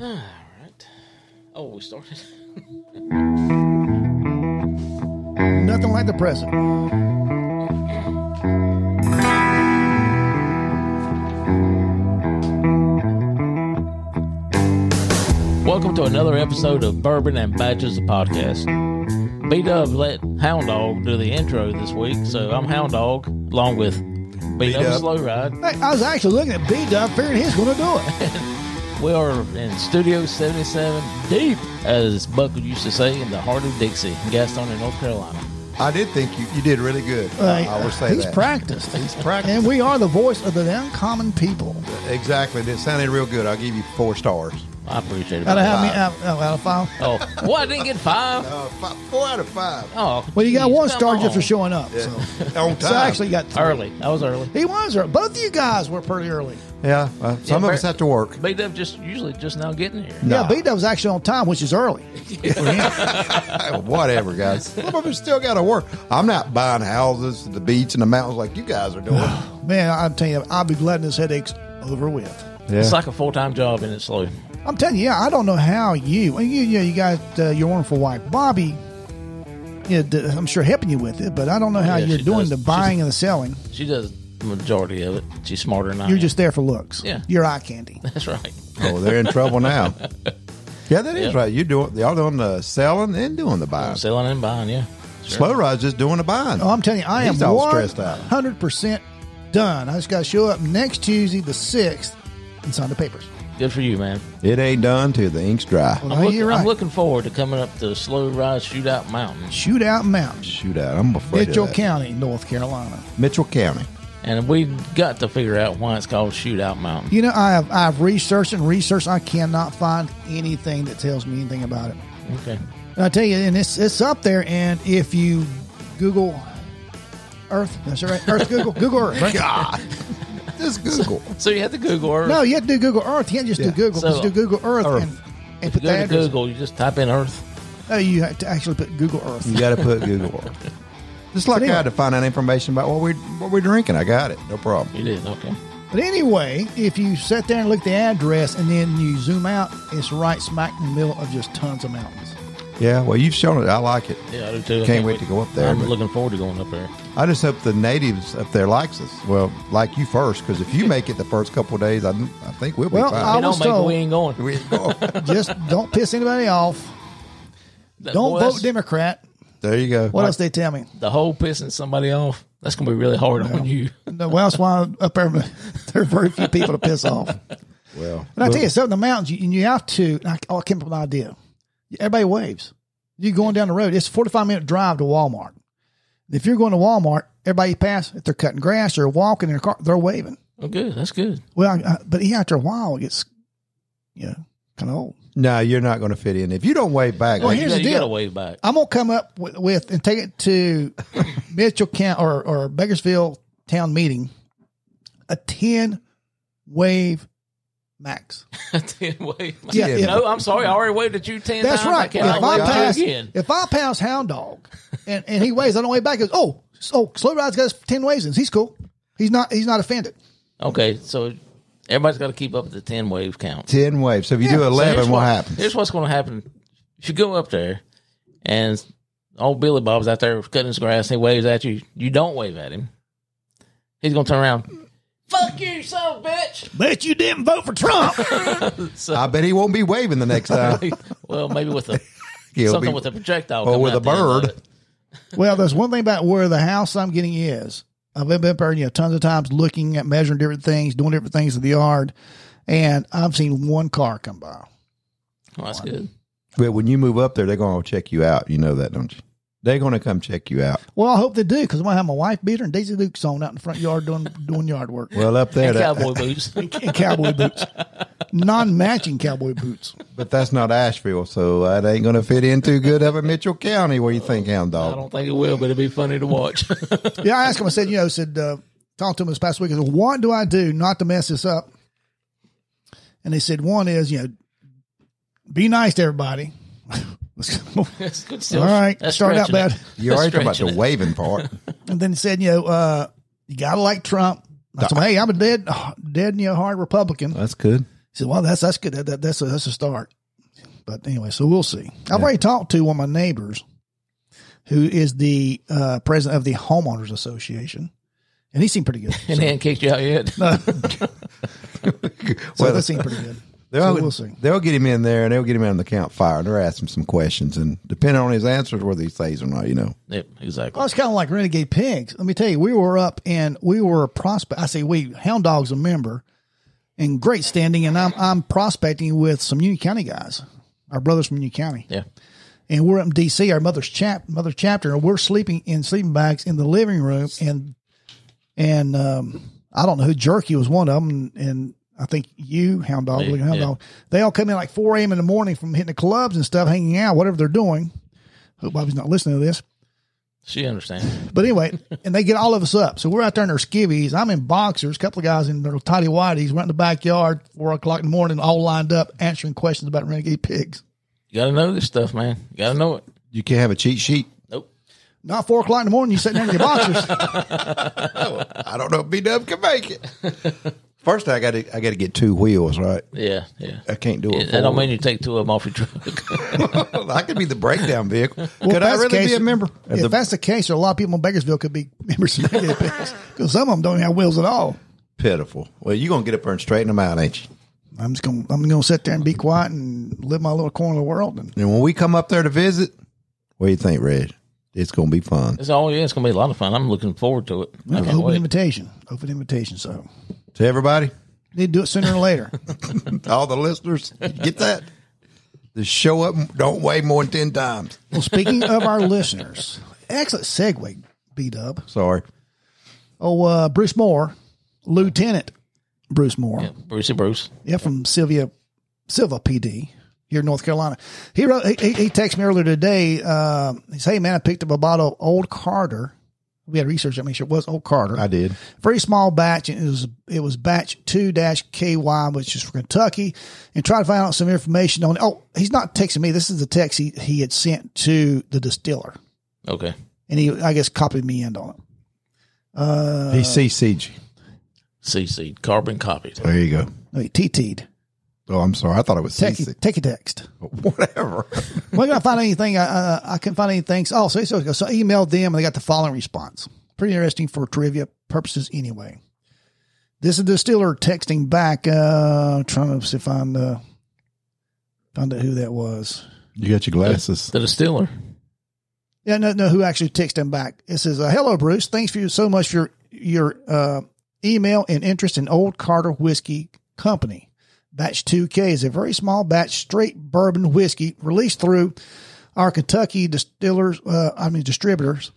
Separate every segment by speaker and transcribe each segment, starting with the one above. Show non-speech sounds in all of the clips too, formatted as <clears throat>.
Speaker 1: All right. Oh, we started.
Speaker 2: Nothing like the present.
Speaker 1: Welcome to another episode of Bourbon and Badges the podcast. B Dub let Hound Dog do the intro this week, so I'm Hound Dog along with B Dub
Speaker 3: B-Dub.
Speaker 1: Slow Ride.
Speaker 2: Hey, I was actually looking at B Dub, figuring he's going to do it.
Speaker 1: We are in Studio 77, deep as Buckle used to say, in the heart of Dixie, in Gastonia, North Carolina.
Speaker 3: I did think you, you did really good.
Speaker 2: Like,
Speaker 3: I will say
Speaker 2: he's
Speaker 3: that.
Speaker 2: practiced.
Speaker 3: He's practiced.
Speaker 2: and we are the voice of the uncommon people.
Speaker 3: exactly. That sounded real good. I'll give you four stars.
Speaker 1: I appreciate
Speaker 2: Out of
Speaker 1: it.
Speaker 2: how many? Out, oh, out of five.
Speaker 1: Oh, what? I didn't get five.
Speaker 3: Uh, five, four out of <laughs> five.
Speaker 1: Oh,
Speaker 2: Well, you got
Speaker 1: geez,
Speaker 2: one
Speaker 1: come
Speaker 2: star just
Speaker 1: on.
Speaker 2: for showing up.
Speaker 3: Yeah.
Speaker 2: So,
Speaker 3: On time.
Speaker 2: so I actually got three.
Speaker 1: Early. I was early.
Speaker 2: He was. early. Both of you guys were pretty early.
Speaker 3: yeah. uh, some
Speaker 1: Yeah,
Speaker 3: of
Speaker 1: Bert-
Speaker 3: us have to work. <laughs>
Speaker 1: B Dub just usually just now getting here.
Speaker 3: Nah.
Speaker 2: Yeah, B Dub was actually on time, which is early.
Speaker 3: Whatever, guys. Some of us still got to work. I'm not buying houses, the beach, and the mountains like you guys <sighs> are doing.
Speaker 2: Man, I'm telling you, I'll be glad this headache's over with.
Speaker 1: It's like a full time job in it slow.
Speaker 2: I'm telling you, yeah, I don't know how you, well, you, you, you got uh, your wonderful wife, Bobby. Yeah, d- I'm sure helping you with it, but I don't know how
Speaker 1: Yeah,
Speaker 2: you're
Speaker 1: she
Speaker 2: doing
Speaker 1: does.
Speaker 2: the buying and the selling.
Speaker 1: She does the majority of it. She's smarter than I
Speaker 2: You're
Speaker 1: am.
Speaker 2: just there for looks.
Speaker 1: Oh, Yeah.
Speaker 2: You're eye candy.
Speaker 1: that's right.
Speaker 3: oh, they're in trouble now. <laughs> Yeah, that is
Speaker 1: Yeah.
Speaker 3: right. You're doing, y'all doing the selling and doing the buying.
Speaker 1: Selling and buying, yeah.
Speaker 3: Slow ride's just doing the buying.
Speaker 2: Oh, I'm telling you, I
Speaker 3: He's
Speaker 2: am
Speaker 3: all
Speaker 2: one
Speaker 3: stressed out.
Speaker 2: hundred percent done. I just got to show up next Tuesday, the sixth, and sign the papers.
Speaker 1: Good for you, man.
Speaker 3: It ain't done till the ink's dry.
Speaker 2: Well,
Speaker 1: I'm,
Speaker 2: no,
Speaker 1: look-
Speaker 2: Oh, you're right.
Speaker 1: I'm looking forward to coming up to Slow Ride Shootout Mountain,
Speaker 2: Shootout Mountain,
Speaker 3: Shootout. I'm afraid
Speaker 2: Mitchell
Speaker 3: of that.
Speaker 2: County, North Carolina.
Speaker 3: Mitchell County.
Speaker 1: and we've got to figure out why it's called Shootout Mountain.
Speaker 2: You know, I have I've researched and researched. I cannot find anything that tells me anything about it.
Speaker 1: Okay,
Speaker 2: And I tell you, and it's it's up there. And if you Google Earth, that's right,
Speaker 1: <laughs>
Speaker 2: Earth Google Google Earth. right?
Speaker 3: God. <laughs> Just Google.
Speaker 1: so you have to Google. Earth.
Speaker 2: No, you have to do Google Earth. You can't just do
Speaker 3: Yeah.
Speaker 2: Google.
Speaker 1: So-
Speaker 2: just do Google Earth,
Speaker 3: Earth.
Speaker 2: and, and
Speaker 1: you
Speaker 2: put the
Speaker 1: go to
Speaker 2: address.
Speaker 1: Google. You just type in Earth.
Speaker 2: No, you have to actually put Google Earth.
Speaker 3: You got to put Google. Earth. Just like
Speaker 2: anyway.
Speaker 3: I had to find out information about what we what we're drinking. I got it, no problem.
Speaker 1: You did okay.
Speaker 2: But anyway, if you sit there and look at the address and then you zoom out, it's right smack in the middle of just tons of mountains.
Speaker 3: Yeah, well, you've shown it. I like it.
Speaker 1: Yeah, I do too. I
Speaker 3: Can't wait to go up there,
Speaker 1: I'm
Speaker 3: but-
Speaker 1: looking forward to going up there.
Speaker 3: I just hope the natives up there likes us. Well, like you first, because if you make it the first couple of days, I, I think we'll be
Speaker 2: Well,
Speaker 1: You
Speaker 3: fine.
Speaker 2: I
Speaker 1: don't
Speaker 2: was
Speaker 1: make it,
Speaker 2: told-
Speaker 1: we ain't going.
Speaker 3: <laughs> We- oh,
Speaker 1: <laughs>
Speaker 2: Just don't piss anybody off.
Speaker 1: That-
Speaker 2: Don't
Speaker 1: boy,
Speaker 2: vote
Speaker 1: that's-
Speaker 2: Democrat.
Speaker 3: there
Speaker 2: <laughs>
Speaker 3: you go.
Speaker 2: What else they tell me?
Speaker 1: The whole pissing somebody off. That's gonna be really hard on you. <laughs>
Speaker 2: No, well, that's why up there <laughs> there are very few people to piss off. And
Speaker 3: Well,
Speaker 2: I tell you, something, the mountains, you, you have to. and I, oh, I came up with an idea. Everybody waves. You're going down the road. It's a 45 minute drive to Walmart. If you're going to Walmart, everybody you pass, if they're cutting grass or walking in their car, they're waving.
Speaker 1: Oh, good. That's good.
Speaker 2: Well, I, I, but yeah, after a while, it gets, you know, kind of old.
Speaker 3: no, you're not going to fit in if you don't wave back.
Speaker 2: Well,
Speaker 3: like,
Speaker 2: here's
Speaker 1: you,
Speaker 2: the
Speaker 1: got- you gotta
Speaker 2: deal.
Speaker 1: wave back.
Speaker 2: I'm gonna come up with, with and take it to <laughs> Mitchell County or or Bakersfield town meeting, a ten wave max.
Speaker 1: <laughs> ten wave.
Speaker 2: Yeah,
Speaker 3: Yeah,
Speaker 2: if-
Speaker 1: No, I'm sorry. I already waved at you ten
Speaker 2: that's
Speaker 1: times. I
Speaker 2: right. If
Speaker 1: cannot
Speaker 2: I
Speaker 1: wave at you
Speaker 2: pass,
Speaker 1: again.
Speaker 2: if I pass Hound Dog, and, and he waves on the way back, he goes oh oh slow ride's got his ten waves in. He's cool. He's not he's not offended.
Speaker 1: Okay, so everybody's got to keep up with the ten wave count.
Speaker 3: ten waves. So if you do
Speaker 1: So
Speaker 3: eleven,
Speaker 1: here's
Speaker 3: what happens?
Speaker 1: Here's what's going to happen. If you go up there and old Billy Bob's out there cutting his grass, he waves at you. You don't wave at him. He's going to turn around. Fuck you, son of a bitch.
Speaker 2: Bet you didn't vote for Trump.
Speaker 3: I bet he won't be waving the
Speaker 1: <laughs>
Speaker 3: next time.
Speaker 1: Well, maybe with a
Speaker 3: He'll
Speaker 1: something
Speaker 3: be-
Speaker 1: with a projectile
Speaker 3: or
Speaker 1: coming
Speaker 3: with
Speaker 1: out
Speaker 3: a
Speaker 1: the end of
Speaker 3: bird.
Speaker 1: it.
Speaker 2: Well, there's one thing about where the house I'm getting is. I've been up there, you know, tons of times looking at measuring different things, doing different things in the yard, and I've seen one car come by.
Speaker 1: Oh, that's good.
Speaker 3: But when you move up there, they're going to check you out. You know that, don't you? They're going to come check you out.
Speaker 2: Well, I hope they do because I'm gonna have my wife beater and Daisy Dukes on out in the front yard doing doing yard work
Speaker 3: Well, up there,
Speaker 1: And
Speaker 3: that-
Speaker 1: cowboy boots.
Speaker 2: in cowboy boots, non-matching cowboy boots.
Speaker 3: But that's not Asheville, so that ain't going to fit in too good up in Mitchell County. What do you think, Hound
Speaker 1: I
Speaker 3: Dog?
Speaker 1: don't think it will, but it'd be funny to watch. <laughs>
Speaker 2: Yeah, I asked him. I said, you know, I said uh, talked to him this past week. I said, what do I do not to mess this up? And they said, one is you know, be nice to everybody. <laughs>
Speaker 1: That's good
Speaker 2: All
Speaker 1: stuff.
Speaker 2: right,
Speaker 1: That's
Speaker 2: start out
Speaker 1: stretching it.
Speaker 2: bad.
Speaker 3: You already talking about the
Speaker 1: Stretching it. <laughs>
Speaker 3: waving part.
Speaker 2: and then he said, you know, uh, you gotta like Trump. I said, hey, I'm a dead, dead, you know, hard Republican.
Speaker 3: That's good.
Speaker 2: said, "Well, that's that's good. That, that, that's a, that's a start." But anyway, so we'll see. I've already talked to one of my neighbors, who is the uh, president of the homeowners association, and he seemed pretty good.
Speaker 1: And they hadn't kicked you out yet.
Speaker 2: So
Speaker 3: Well,
Speaker 2: that seemed pretty good.
Speaker 3: They'll,
Speaker 2: So we'll see.
Speaker 3: they'll get him in there and they'll get him in the campfire and they'll ask him some questions. And depending on his answers, whether he stays or not, you know.
Speaker 1: <laughs> yep, exactly.
Speaker 2: Well, it's kind of like Renegade Pigs. Let me tell you, we were up and we were prospect. I say we, Hound Dog's a member in great standing, and I'm I'm prospecting with some Union County guys, our brothers from Union County,
Speaker 1: Yeah.
Speaker 2: and we're up in D.C. Our mother's chap, mother chapter, and we're sleeping in sleeping bags in the living room, and and um, I don't know who Jerky was one of them, and, and I think you Hound Dog,
Speaker 1: Me,
Speaker 2: Look at Hound
Speaker 1: yeah.
Speaker 2: Dog, they all come in like 4 a.m. in the morning from hitting the clubs and stuff, hanging out, whatever they're doing. Hope Bobby's not listening to this.
Speaker 1: She understands.
Speaker 2: But anyway, and they get all of us up. So we're out there in our skivvies. I'm in boxers, a couple of guys in their tidy whities. We're out in the backyard, four o'clock in the morning, all lined up, answering questions about renegade pigs.
Speaker 1: You got to know this stuff, man. You got to know it.
Speaker 3: You can't have a cheat sheet.
Speaker 1: <laughs> Nope.
Speaker 2: Not four o'clock in the morning, you sitting there in your boxers.
Speaker 3: <laughs> Oh, I don't know if B Dub can make it. First, I got to I got to get two wheels right.
Speaker 1: Yeah, yeah.
Speaker 3: I can't do it.
Speaker 1: That don't mean you take two of them off your truck. <laughs>
Speaker 3: I could be the breakdown vehicle.
Speaker 2: Well, if
Speaker 3: could I
Speaker 2: that's
Speaker 3: really
Speaker 2: the case-
Speaker 3: be a member?
Speaker 2: If
Speaker 3: The
Speaker 2: that's the case, a lot of people in Bakersville could be <laughs> members of renegade pigs because some of them don't have wheels at all.
Speaker 3: pitiful. Well, you're gonna get up there and straighten them out, ain't you?
Speaker 2: I'm just gonna I'm gonna sit there and be quiet and live my little corner of the world. And
Speaker 3: And when we come up there to visit, what do you think, Red? It's gonna be fun.
Speaker 1: it's all. Yeah, it's gonna be a lot of fun. I'm looking forward to it. I can't
Speaker 2: open
Speaker 1: wait.
Speaker 2: invitation, open invitation. So
Speaker 3: To everybody,
Speaker 2: need to do it sooner or later.
Speaker 3: all the listeners, you get that? The show up, don't weigh more than ten times.
Speaker 2: well, speaking of our listeners, excellent segue, B Dub.
Speaker 3: Sorry.
Speaker 2: Oh, uh, Bruce Moore, Lieutenant Bruce Moore, yeah,
Speaker 1: Brucey Bruce.
Speaker 2: from Sylvia Silva PD here in North Carolina. He wrote, he, he- he texted me earlier today. Uh, he said, "Hey man, I picked up a bottle of Old Carter. We had research that make sure it was Old Carter.
Speaker 3: I did.
Speaker 2: Very small batch, and it was it was batch two KY, which is from Kentucky, and try to find out some information on. Oh, he's not texting me. This is the text he he had sent to the distiller,
Speaker 1: Okay.
Speaker 2: and he I guess copied me in on it.
Speaker 3: He CC'd you.
Speaker 1: CC carbon copies.
Speaker 3: There you go.
Speaker 2: No, he TT'd.
Speaker 3: Oh, I'm sorry. I thought it was
Speaker 2: Tech,
Speaker 3: CC.
Speaker 2: take a text.
Speaker 3: <laughs> Whatever.
Speaker 2: Well, I couldn't find anything. I, uh, I couldn't find anything. Oh, so, so, so I emailed them and they got the following response. Pretty interesting for trivia purposes, anyway. This is the distiller texting back, uh, trying to see, find uh, find out who that was.
Speaker 3: You got your glasses.
Speaker 1: The distiller.
Speaker 2: Yeah, no, no, who actually texted him back? It says, uh, "Hello, Bruce. Thanks for you so much for your your uh, email and interest in Old Carter Whiskey Company. Batch 2K is a very small batch straight bourbon whiskey released through our Kentucky distillers, uh, I mean distributors,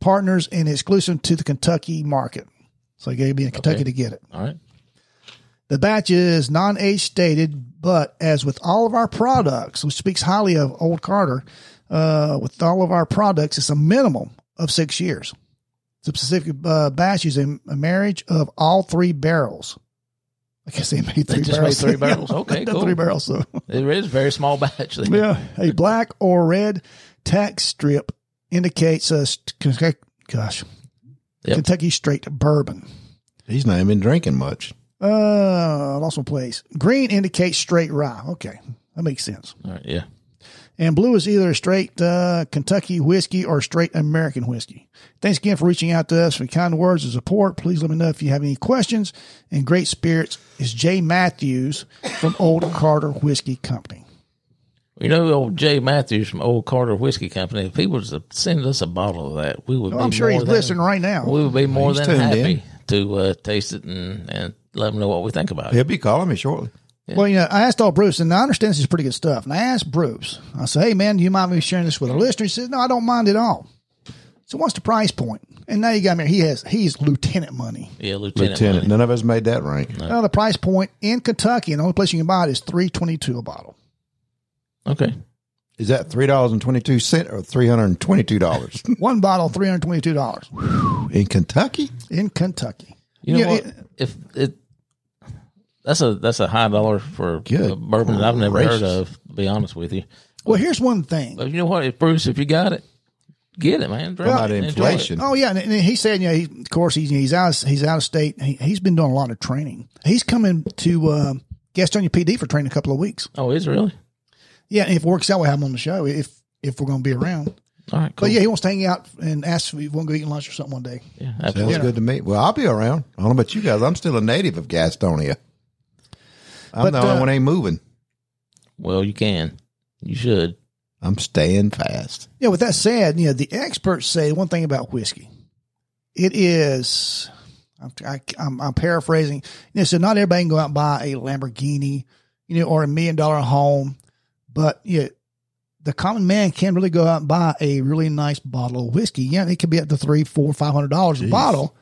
Speaker 2: partners, and exclusive to the Kentucky market. So they gave me in Kentucky
Speaker 1: Okay.
Speaker 2: to get it.
Speaker 1: All right.
Speaker 2: The batch is non age stated, but as with all of our products, which speaks highly of Old Carter, uh, with all of our products, it's a minimum of six years. The specific uh, batch is a, a marriage of all three barrels. I guess they made three
Speaker 1: just made
Speaker 2: barrels.
Speaker 1: three barrels.
Speaker 2: <laughs> Yeah,
Speaker 1: Okay,
Speaker 2: the
Speaker 1: cool.
Speaker 2: three barrels. So.
Speaker 1: It is a very small <laughs> batch. then.
Speaker 2: yeah, a black or red tax strip indicates a st- Kentucky- gosh,
Speaker 1: Yep.
Speaker 2: Kentucky straight bourbon.
Speaker 3: He's not even drinking much.
Speaker 2: Uh, I lost my place. Green indicates straight rye. Okay, that makes sense.
Speaker 1: All right. Yeah.
Speaker 2: And blue is either straight uh, Kentucky whiskey or straight American whiskey. Thanks again for reaching out to us for kind words and support. Please let me know if you have any questions. And great spirits is Jay Matthews from Old Carter Whiskey Company.
Speaker 1: You know, old Jay Matthews from Old Carter Whiskey Company. If he was to send us a bottle of that, we would.
Speaker 2: Well,
Speaker 1: be
Speaker 2: Oh, I'm sure
Speaker 1: more
Speaker 2: he's
Speaker 1: than-
Speaker 2: listening right now.
Speaker 1: We would be more
Speaker 3: He's
Speaker 1: than
Speaker 3: tuned
Speaker 1: happy
Speaker 3: in.
Speaker 1: to uh, taste it and, and let him know what we think about it.
Speaker 3: He'll be calling me shortly.
Speaker 2: Well, you know, I asked all Bruce, and I understand this is pretty good stuff. And I asked Bruce, I said, "Hey, man, do you mind me sharing this with our listeners?" He says, "No, I don't mind at all." So, what's the price point? And now you got me. He has he's lieutenant money.
Speaker 1: Yeah, Lieutenant.
Speaker 3: Lieutenant. None of us made that rank.
Speaker 2: Now the price point in Kentucky, and the only place you can buy it is three twenty two a bottle.
Speaker 1: Okay.
Speaker 3: Is that three dollars and twenty two cent or three hundred and twenty
Speaker 2: <laughs>
Speaker 3: two dollars
Speaker 2: One bottle, three hundred twenty two dollars
Speaker 3: in Kentucky?
Speaker 2: in Kentucky.
Speaker 1: You know
Speaker 2: Yeah,
Speaker 1: what?
Speaker 2: it-
Speaker 1: if it that's a that's a high dollar for
Speaker 3: Good
Speaker 1: a bourbon that I've never
Speaker 3: gracious.
Speaker 1: heard of. To be honest with you,
Speaker 2: Well, here's one thing.
Speaker 1: but you know what? If Bruce, if you got it, get it, man. Drink
Speaker 3: How about
Speaker 1: it, enjoy it.
Speaker 3: inflation?
Speaker 2: Oh yeah, and, and he said, you know, he, of course he's he's out he's out of state. He, he's been doing a lot of training. He's coming to um guest on your PD for training a couple of weeks.
Speaker 1: Oh, is it really?
Speaker 2: Yeah, and if it works out, we'll have him on the show if if we're going to be around.
Speaker 1: All right, cool.
Speaker 2: But yeah, he wants to hang out and ask if we want to go eat lunch or something one day.
Speaker 1: yeah
Speaker 3: Sounds
Speaker 1: absolutely.
Speaker 3: good to me. Well, I'll be around. I don't know about you guys. I'm still a native of Gastonia. I'm
Speaker 2: But,
Speaker 3: the only
Speaker 2: uh,
Speaker 3: one ain't moving.
Speaker 1: Well, you can. You should.
Speaker 3: I'm staying fast.
Speaker 2: Yeah, with that said, you know, the experts say one thing about whiskey. It is, I'm, I, I'm, I'm paraphrasing. You know, so not everybody can go out and buy a Lamborghini, you know, or a million dollar home, but you know, the common man can really go out and buy a really nice bottle of whiskey. Yeah, it could be up to three, four, five hundred dollars a
Speaker 3: Jeez.
Speaker 2: bottle,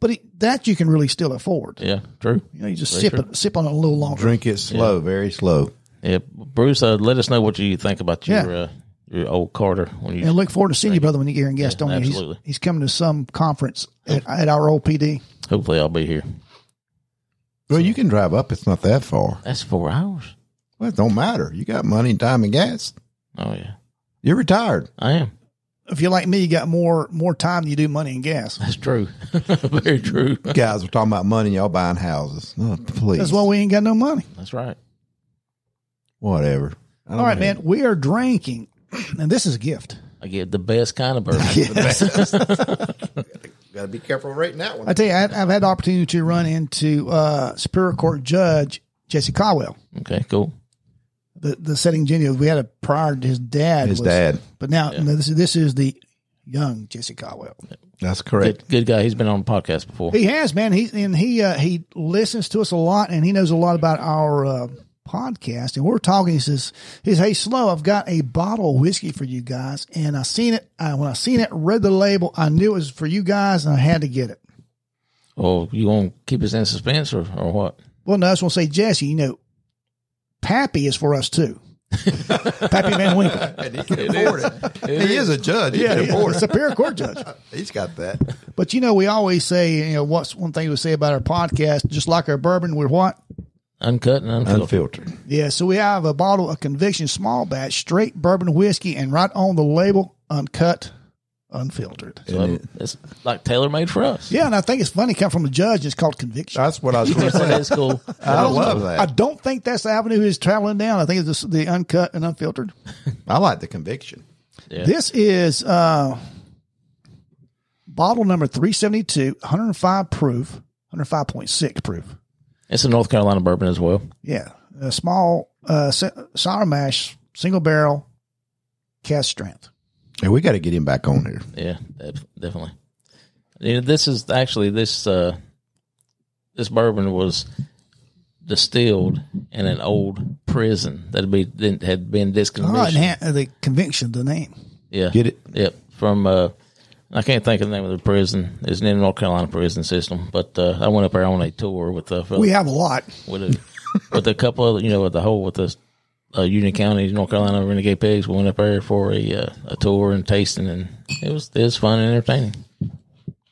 Speaker 2: but it, that you can really still afford.
Speaker 1: Yeah, true.
Speaker 2: You know, you just
Speaker 1: Very
Speaker 2: sip
Speaker 1: true.
Speaker 2: it, sip on it a little longer.
Speaker 3: Drink it slow, very slow.
Speaker 1: Yeah, Bruce, uh, let us know what you think about your
Speaker 2: Yeah.
Speaker 1: uh, your old Carter when you
Speaker 2: And look forward to seeing you, brother, when you get here in Gastonia. he's,
Speaker 1: absolutely.
Speaker 2: he's coming to some conference at, at our old PD.
Speaker 1: Hopefully, I'll be here.
Speaker 3: Well, you can drive up. It's not that far.
Speaker 1: That's four hours.
Speaker 3: Well, it don't matter. You got money, time, and gas.
Speaker 1: Oh yeah,
Speaker 2: <laughs>
Speaker 3: You're retired.
Speaker 1: I am.
Speaker 2: if you're like me, you got more more time than you do money and gas.
Speaker 1: That's true. <laughs> Very true.
Speaker 3: guys were talking about money. Y'all buying houses. No, please.
Speaker 2: That's why we ain't got no money.
Speaker 1: That's right.
Speaker 3: Whatever. I don't
Speaker 2: All right,
Speaker 3: know.
Speaker 2: man. We are drinking, <clears throat> and this is a gift.
Speaker 1: I get the best kind of bourbon.
Speaker 2: <laughs>
Speaker 3: <laughs> Gotta be careful rating that one.
Speaker 2: I tell you, I, I've had the opportunity to run into uh, Superior Court Judge Jesse Caldwell,
Speaker 1: okay, cool.
Speaker 2: the the setting genie we had a prior to his dad.
Speaker 3: His
Speaker 2: was-
Speaker 3: dad.
Speaker 2: but now no, this is this is the young Jesse Caldwell.
Speaker 3: That's correct.
Speaker 1: Good, good guy. He's been on the podcast before.
Speaker 2: He has man. He's and he uh, he listens to us a lot, and he knows a lot about our. Uh, podcast and we're talking he says he says hey slow i've got a bottle of whiskey for you guys and i seen it I, when i seen it read the label i knew it was for you guys and i had to get it
Speaker 1: Oh, you gonna keep us in suspense or, or what?
Speaker 2: well no i just want to say jesse you know pappy is for us too <laughs> pappy van winkle
Speaker 3: And he can afford it. he is a judge. He can afford it.
Speaker 2: superior court judge
Speaker 3: He's got that.
Speaker 2: but you know we always say you know what's one thing we say about our podcast just like our bourbon we're what
Speaker 1: Uncut and unfiltered.
Speaker 3: Unfiltered.
Speaker 2: Yeah, so we have a bottle of Conviction small batch straight bourbon whiskey, and right on the label, uncut, unfiltered.
Speaker 1: So it's like tailor made for us.
Speaker 2: Yeah, and I think it's funny coming from a judge. It's called Conviction.
Speaker 3: That's what I was going to
Speaker 1: <laughs>
Speaker 3: say.
Speaker 1: That's cool.
Speaker 3: I love that.
Speaker 2: I don't think that's the avenue he's traveling down. I think it's just the uncut and unfiltered.
Speaker 3: I like the conviction.
Speaker 1: Yeah.
Speaker 2: This is uh, bottle number 372, 105 proof, 105.6 proof.
Speaker 1: It's a North Carolina bourbon as well.
Speaker 2: Yeah, a small uh, sa- sour mash, single barrel, cast strength.
Speaker 3: And we got to get him back on here.
Speaker 1: Yeah, def- definitely. You know, this is actually this uh, this bourbon was distilled in an old prison that had been didn't- had been
Speaker 2: All right,
Speaker 1: discontinued.
Speaker 2: and Oh, ha- the conviction, the name.
Speaker 1: yeah,
Speaker 3: Get it?
Speaker 1: Yep, from uh, I can't think of the name of the prison. It's in the North Carolina prison system. But uh, I went up there on a tour with uh,
Speaker 2: We have a lot.
Speaker 1: with a, with a couple of you know with the whole with the uh, Union County, North Carolina Renegade Pigs. We went up there for a uh, a tour and tasting, and it was it was fun and entertaining.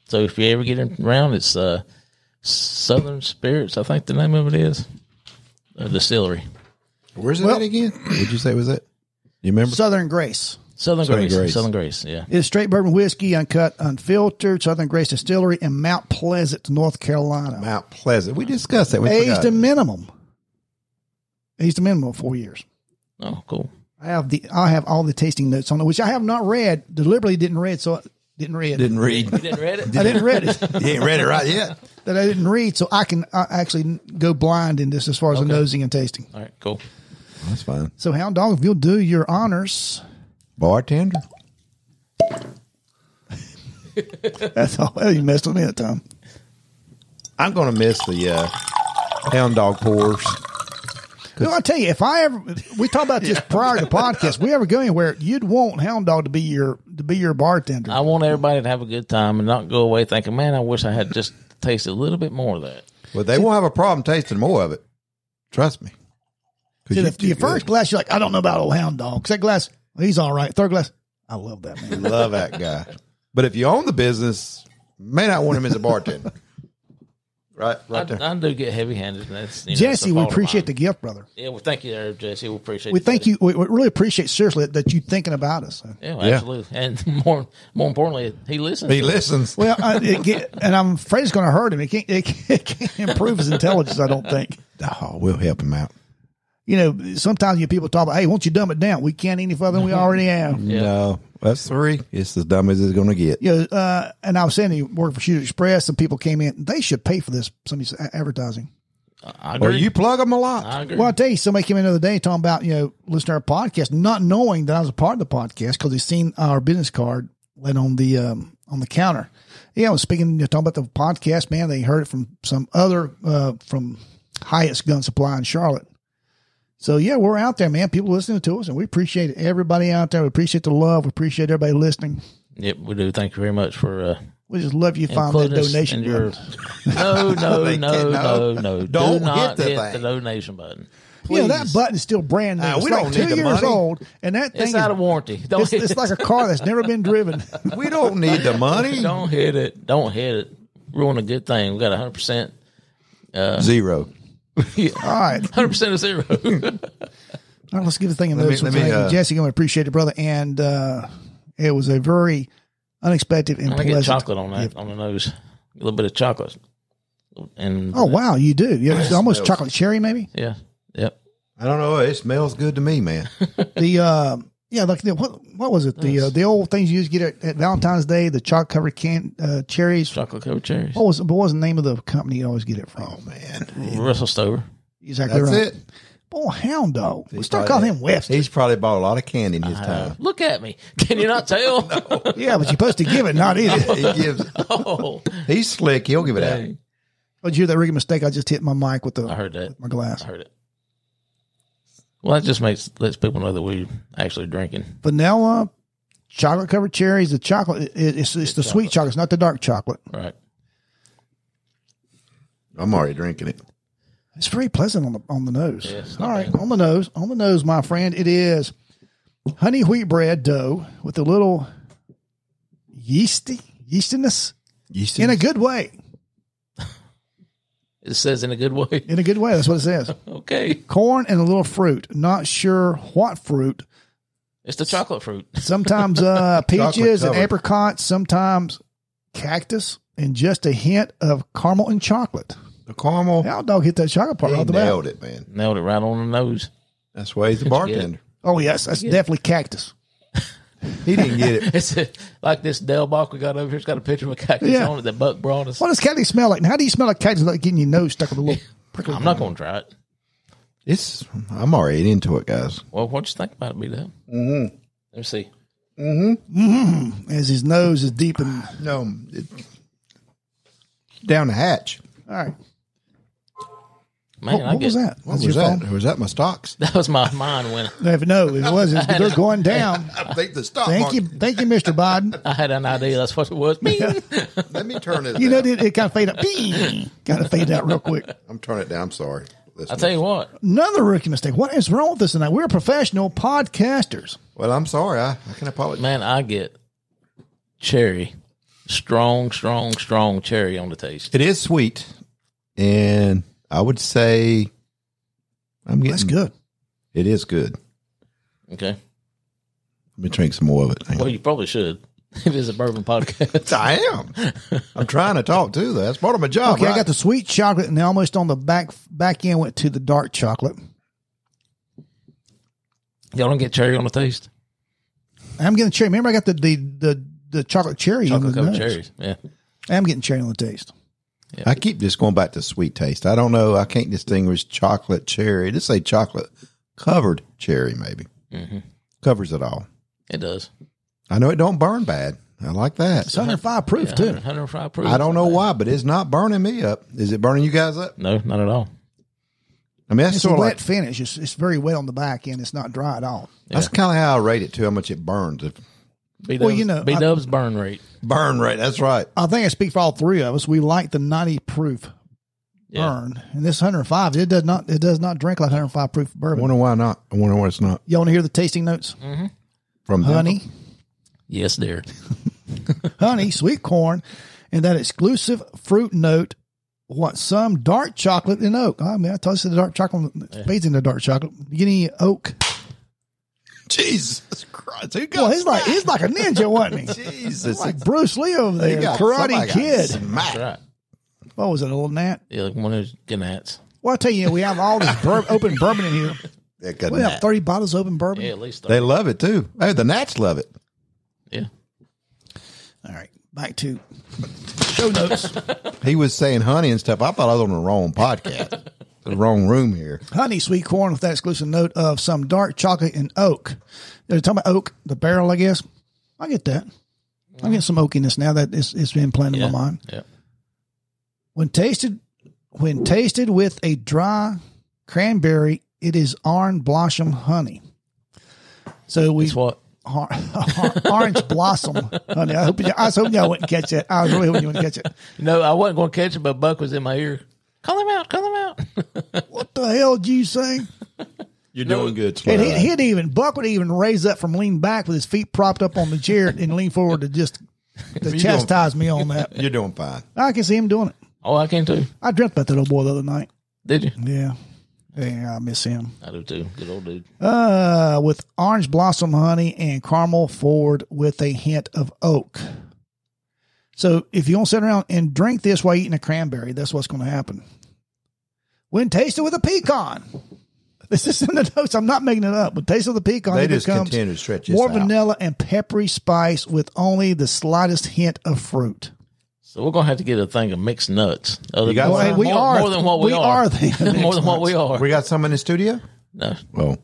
Speaker 1: So if you ever get around, it's uh, Southern Spirits, I think the name of it is, a distillery.
Speaker 3: Where's it
Speaker 2: Well-
Speaker 3: at again? What'd you say was it? You remember?
Speaker 2: Southern Grace.
Speaker 1: Southern,
Speaker 3: Southern
Speaker 1: Grace,
Speaker 3: Grace.
Speaker 1: Southern Grace, yeah.
Speaker 2: It is straight bourbon whiskey, uncut, unfiltered. Southern Grace Distillery in Mount Pleasant, North Carolina.
Speaker 3: Mount Pleasant. We discussed that. We
Speaker 2: Aged
Speaker 3: forgot.
Speaker 2: a minimum. Aged a minimum of four years.
Speaker 1: Oh, cool.
Speaker 2: I have the I have all the tasting notes on it, which I have not read. Deliberately didn't read, so I didn't read.
Speaker 3: <laughs> Didn't read.
Speaker 1: Didn't read it.
Speaker 2: I didn't read it <laughs>
Speaker 3: you ain't read it right yet.
Speaker 2: that I didn't read, so I can uh, actually go blind in this as far as the nosing and tasting.
Speaker 1: All right, cool.
Speaker 3: That's fine.
Speaker 2: So, Hound Dog, if you'll do your honors,
Speaker 3: Bartender.
Speaker 2: that's all. You messed with me that time.
Speaker 3: I'm going to miss the uh, hound dog pours.
Speaker 2: Well, I tell you, if I ever we talk
Speaker 1: <laughs>
Speaker 2: about this prior to podcast, we ever go anywhere, you'd want Hound Dog to be your to be your bartender.
Speaker 1: I want everybody to have a good time and not go away thinking, man, I wish I had just tasted a little bit more of that.
Speaker 3: But they won't have a problem tasting more of it. Trust me. 'Cause
Speaker 2: See,
Speaker 3: you
Speaker 2: the,
Speaker 3: do
Speaker 2: the first
Speaker 3: good.
Speaker 2: glass, you're like, I don't know about old Hound Dog. Second glass, he's all right. Third glass, I love that
Speaker 1: <laughs>
Speaker 2: man.
Speaker 3: love that guy. But if you own the business, may not want him as a bartender. Right, right there.
Speaker 1: I, I do get heavy handed. That's you know,
Speaker 2: Jesse,
Speaker 1: it's a
Speaker 2: we
Speaker 1: fault of
Speaker 2: appreciate the
Speaker 1: mine.
Speaker 2: gift, brother.
Speaker 1: Yeah, well, thank you there, Jesse. We appreciate.
Speaker 2: We
Speaker 1: you,
Speaker 2: thank
Speaker 1: buddy.
Speaker 2: you. We we really appreciate seriously that you thinking about us.
Speaker 1: Yeah, well,
Speaker 3: Yeah.
Speaker 1: absolutely. And <laughs> more more importantly, he listens.
Speaker 3: he listens.
Speaker 2: Well, I, it get, and I'm afraid it's going to hurt him. It can't, it can't, it can't improve his intelligence. I don't think.
Speaker 3: Oh, we'll help him out.
Speaker 2: You know, sometimes you people talk about, hey, won't you dumb it down? We can't any further than we already have.
Speaker 3: No, that's three. It's as dumb as it's going to get.
Speaker 2: You know, uh, and I was saying, you work for Shooter Express. Some people came in. They should pay for this. Somebody's a- advertising.
Speaker 1: I
Speaker 3: Or
Speaker 1: agree.
Speaker 3: you plug him a lot.
Speaker 1: I agree.
Speaker 2: Well, I tell you, somebody came in the other day talking about you know listening to our podcast, not knowing that I was a part of the podcast because he seen our business card laying on the um, on the counter. Yeah, I was speaking you know, talking about the podcast. Man, they heard it from some other uh, from Hyatt's Gun Supply in Charlotte. So yeah, we're out there, man. People listening to us, and we appreciate everybody out there. We appreciate the love. We appreciate everybody listening.
Speaker 1: Yep, we do. Thank you very much for uh,
Speaker 2: We just love you. Find that
Speaker 1: including us
Speaker 2: donation.
Speaker 1: in your-
Speaker 2: button.
Speaker 1: <laughs>
Speaker 2: <laughs>
Speaker 1: No, no, no,
Speaker 3: They can't-
Speaker 1: no,
Speaker 3: no.
Speaker 1: no.
Speaker 3: Don't
Speaker 1: do not
Speaker 3: hit the
Speaker 1: hit the
Speaker 3: thing.
Speaker 1: donation button.
Speaker 2: Yeah, that
Speaker 3: Please.
Speaker 2: button's still brand new.
Speaker 3: Ah,
Speaker 2: It's
Speaker 3: we
Speaker 2: like
Speaker 3: don't need
Speaker 2: two
Speaker 3: the
Speaker 2: years
Speaker 3: money.
Speaker 2: old, and that thing
Speaker 1: It's
Speaker 2: is
Speaker 1: out of warranty. Don't
Speaker 2: it's,
Speaker 1: hit
Speaker 2: it's
Speaker 1: it.
Speaker 2: like a car that's never been
Speaker 1: <laughs>
Speaker 2: driven. <laughs>
Speaker 3: We don't need the money.
Speaker 1: Don't hit it. Don't hit it. Ruin a good thing. We got 100%.
Speaker 3: Zero.
Speaker 2: All right.
Speaker 1: 100% of zero.
Speaker 2: All right, let's give the thing a note.
Speaker 3: me- let me, uh,
Speaker 2: Jesse, I'm going to appreciate it, brother. And uh, it was a very unexpected and
Speaker 1: I get
Speaker 2: pleasant.
Speaker 1: chocolate on that, on the nose. A little bit of chocolate. And
Speaker 2: Oh, wow. You do. Yeah, it's almost chocolate cherry, maybe.
Speaker 1: yeah. Yep.
Speaker 3: I don't know. It smells good to me, man.
Speaker 2: The, uh, yeah, like the, what, what was it? The uh, the old things you used to get at, at Valentine's Day, the chocolate covered can uh, cherries.
Speaker 1: Chocolate covered cherries.
Speaker 2: What was, what was the name of the company you always get it from?
Speaker 3: Oh man,
Speaker 1: Russell Stover.
Speaker 2: Exactly
Speaker 3: that's
Speaker 2: right.
Speaker 3: it.
Speaker 2: Boy, hound dog. We
Speaker 3: He's
Speaker 2: start
Speaker 3: probably-
Speaker 2: calling him West.
Speaker 3: He's probably bought a lot of candy in his time.
Speaker 1: Look at me. Can you not tell?
Speaker 2: <laughs> Yeah, but you're supposed to give it, not
Speaker 1: <laughs>
Speaker 2: eat it.
Speaker 3: He gives.
Speaker 1: Oh,
Speaker 3: He's slick. He'll give it out.
Speaker 1: dang.
Speaker 2: Oh, did you hear that rigging mistake? I just hit my mic with the
Speaker 1: I heard that.
Speaker 2: my glass.
Speaker 1: I heard it. Well, that just makes lets people know that we're actually drinking.
Speaker 2: vanilla, chocolate covered cherries. The chocolate, it, it's, it's the sweet chocolate, it's not the dark chocolate.
Speaker 1: Right.
Speaker 3: I'm already drinking it.
Speaker 2: It's very pleasant on the on the nose.
Speaker 1: Yes,
Speaker 2: All right, on the nose, on the nose, my friend. It is honey wheat bread dough with a little yeasty yeastiness
Speaker 3: You see,
Speaker 2: in a good way.
Speaker 1: It says in a good way. <laughs>
Speaker 2: In a good way. That's what it says.
Speaker 1: Okay.
Speaker 2: Corn and a little fruit. Not sure what fruit.
Speaker 1: It's the chocolate fruit.
Speaker 2: Sometimes
Speaker 3: <laughs>
Speaker 2: uh, peaches and
Speaker 3: covered.
Speaker 2: apricots. Sometimes cactus. And just a hint of caramel and chocolate.
Speaker 3: the caramel.
Speaker 2: How dog hit that chocolate part
Speaker 3: He
Speaker 2: off the bat?
Speaker 3: nailed it, man.
Speaker 1: Nailed it right on the nose. <laughs>
Speaker 3: That's why he's a bartender.
Speaker 2: Oh yes, that's definitely cactus.
Speaker 3: He didn't get it.
Speaker 1: It's a, like this Del Bach we got over here. It's got a picture of a cactus
Speaker 2: Yeah.
Speaker 1: on it that Buck brought us.
Speaker 2: What does cactus smell like? And how do you smell like cactus without getting your nose stuck with
Speaker 1: <laughs>
Speaker 2: a little prickly?
Speaker 1: I'm not going to try it.
Speaker 3: It's. I'm already into it, guys.
Speaker 1: Well, what you think about it, B Dub? Mm-hmm. Let me see.
Speaker 2: As his nose is deep and all
Speaker 3: No, it, down the hatch.
Speaker 2: right.
Speaker 1: Man,
Speaker 2: what
Speaker 1: I
Speaker 2: what
Speaker 1: get,
Speaker 2: was that? That's
Speaker 3: What was
Speaker 2: your
Speaker 3: that?
Speaker 2: phone?
Speaker 3: Was that my <laughs> stocks?
Speaker 1: <laughs> That was my mind when
Speaker 2: No, if- no, it was. It was going
Speaker 3: <laughs>
Speaker 2: down.
Speaker 3: I think the stock.
Speaker 2: Thank you, thank you, Mr. Biden.
Speaker 1: I had an idea. That's what it
Speaker 2: <laughs>
Speaker 1: was. Bing.
Speaker 3: Let me turn <laughs> it.
Speaker 2: You know, it, it kind of fade up. kind of fade out real quick.
Speaker 3: I'm turning it down. I'm sorry.
Speaker 1: I tell you what,
Speaker 2: Another rookie mistake. What is wrong with us tonight? We're professional podcasters.
Speaker 3: Well, I'm sorry. I, I can apologize.
Speaker 1: man, I get cherry, strong, strong, strong cherry on the taste.
Speaker 3: It is sweet, and I would say I'm getting.
Speaker 2: That's good.
Speaker 3: It is good.
Speaker 1: Okay.
Speaker 3: Let me drink some more of it. Hang
Speaker 1: Well,
Speaker 3: on.
Speaker 1: you probably should. <laughs> If it's a bourbon podcast, <laughs>
Speaker 3: I am. I'm trying to talk too. Though. That's part of my job.
Speaker 2: Okay, I
Speaker 3: Oh, right?
Speaker 2: got the sweet chocolate, and then almost on the back back end went to the dark chocolate.
Speaker 1: y'all don't get cherry on the taste.
Speaker 2: I'm getting cherry. Remember, I got the the the, the chocolate cherry. on
Speaker 1: Chocolate
Speaker 2: the
Speaker 1: covered
Speaker 2: nose.
Speaker 1: cherries. Yeah.
Speaker 2: I'm getting cherry on the taste.
Speaker 3: I keep just going back to sweet taste. I don't know. I can't distinguish chocolate cherry. Just say chocolate covered cherry, maybe
Speaker 2: Mm-hmm.
Speaker 3: covers it all.
Speaker 1: It does.
Speaker 3: I know it don't burn bad. I like that.
Speaker 2: It's 105 proof too.
Speaker 1: 105 proof.
Speaker 3: I don't know why, but it's not burning me up. Is it burning you guys up?
Speaker 1: No, not at all.
Speaker 3: I mean, that's
Speaker 2: It's a
Speaker 3: sort of
Speaker 2: wet
Speaker 3: like
Speaker 2: finish. It's, it's very wet on the back end. It's not dry at all.
Speaker 3: that's kind of how I rate it too. How much it burns? If-
Speaker 1: B
Speaker 2: Well, you know, I-
Speaker 1: B Dub's burn rate.
Speaker 3: Burn rate. That's right.
Speaker 2: I think I speak for all three of us. We like the 90 proof
Speaker 1: Yeah.
Speaker 2: burn, and this 105 it does not it does not drink like 105 proof
Speaker 3: I
Speaker 2: bourbon.
Speaker 3: wonder why not. I wonder why it's not
Speaker 2: you want to hear the tasting notes?
Speaker 3: from them.
Speaker 2: Honey,
Speaker 1: Yes, dear.
Speaker 2: honey, sweet corn, and that exclusive fruit note want some dark chocolate and oak. I mean, I told you the dark chocolate fades into dark chocolate. You get any oak?
Speaker 3: Jesus Christ. Who got
Speaker 2: Well, he's like he's like a ninja, wasn't
Speaker 3: <laughs>
Speaker 2: he?
Speaker 3: Jesus.
Speaker 2: Like Bruce Lee over there, Karate Kid.
Speaker 1: That's right.
Speaker 2: What was it, a little gnat?
Speaker 1: Yeah, like one of those gnats.
Speaker 2: Well, I tell you, we have all this bur- open bourbon in here.
Speaker 3: That got
Speaker 2: We have thirty bottles of open bourbon.
Speaker 1: Yeah, at least
Speaker 3: They love it too. Hey, the Nats love it.
Speaker 1: yeah.
Speaker 2: All right, back to show notes.
Speaker 3: He was saying honey and stuff. I thought I was on the wrong <laughs> podcast, the wrong room here.
Speaker 2: honey sweet corn with that exclusive note of some dark chocolate and oak. They're talking about oak, the barrel, I guess. I get that. I get some oakiness now that it's, it's been playing in
Speaker 1: Yeah.
Speaker 2: my mind.
Speaker 1: Yeah.
Speaker 2: When tasted, when tasted with a dry cranberry, it is orange blossom honey. So we
Speaker 1: It's what
Speaker 2: or- <laughs> orange blossom honey. I hope you, I was hoping y'all wouldn't catch it. I was really hoping you wouldn't catch it.
Speaker 1: No, I wasn't going to catch it, but Buck was in my ear. Call him out! Call him out! <laughs>
Speaker 2: What the hell did you say?
Speaker 3: You're doing good.
Speaker 2: And he'd, he'd even Buck would even raise up from lean back with his feet propped up on the chair and lean forward to just to
Speaker 3: don't-
Speaker 2: chastise me on that.
Speaker 3: You're doing fine.
Speaker 2: I can see him doing it.
Speaker 1: oh, I can too.
Speaker 2: I dreamt about that old boy the other night.
Speaker 1: Did you?
Speaker 2: Yeah, yeah, I miss him.
Speaker 1: I do too. Good old dude.
Speaker 2: Uh, with orange blossom honey and caramel forward with a hint of oak. So if you want to sit around and drink this while eating a cranberry, that's what's going to happen. When tasted with a pecan, this is in the notes. I'm not making it up. When tasted with a pecan,
Speaker 3: They
Speaker 2: it
Speaker 3: just
Speaker 2: becomes
Speaker 3: continue to stretch this
Speaker 2: more
Speaker 3: out.
Speaker 2: vanilla and peppery spice with only the slightest hint of fruit.
Speaker 1: So we're gonna have to get a thing of mixed nuts. Other
Speaker 3: You got
Speaker 1: than-
Speaker 3: Well, hey,
Speaker 2: we
Speaker 1: more,
Speaker 2: are-
Speaker 1: more than what we,
Speaker 2: we
Speaker 1: <laughs>
Speaker 2: are the mixed
Speaker 1: more than what we are.
Speaker 3: We got some in the studio.
Speaker 1: No,
Speaker 3: Well,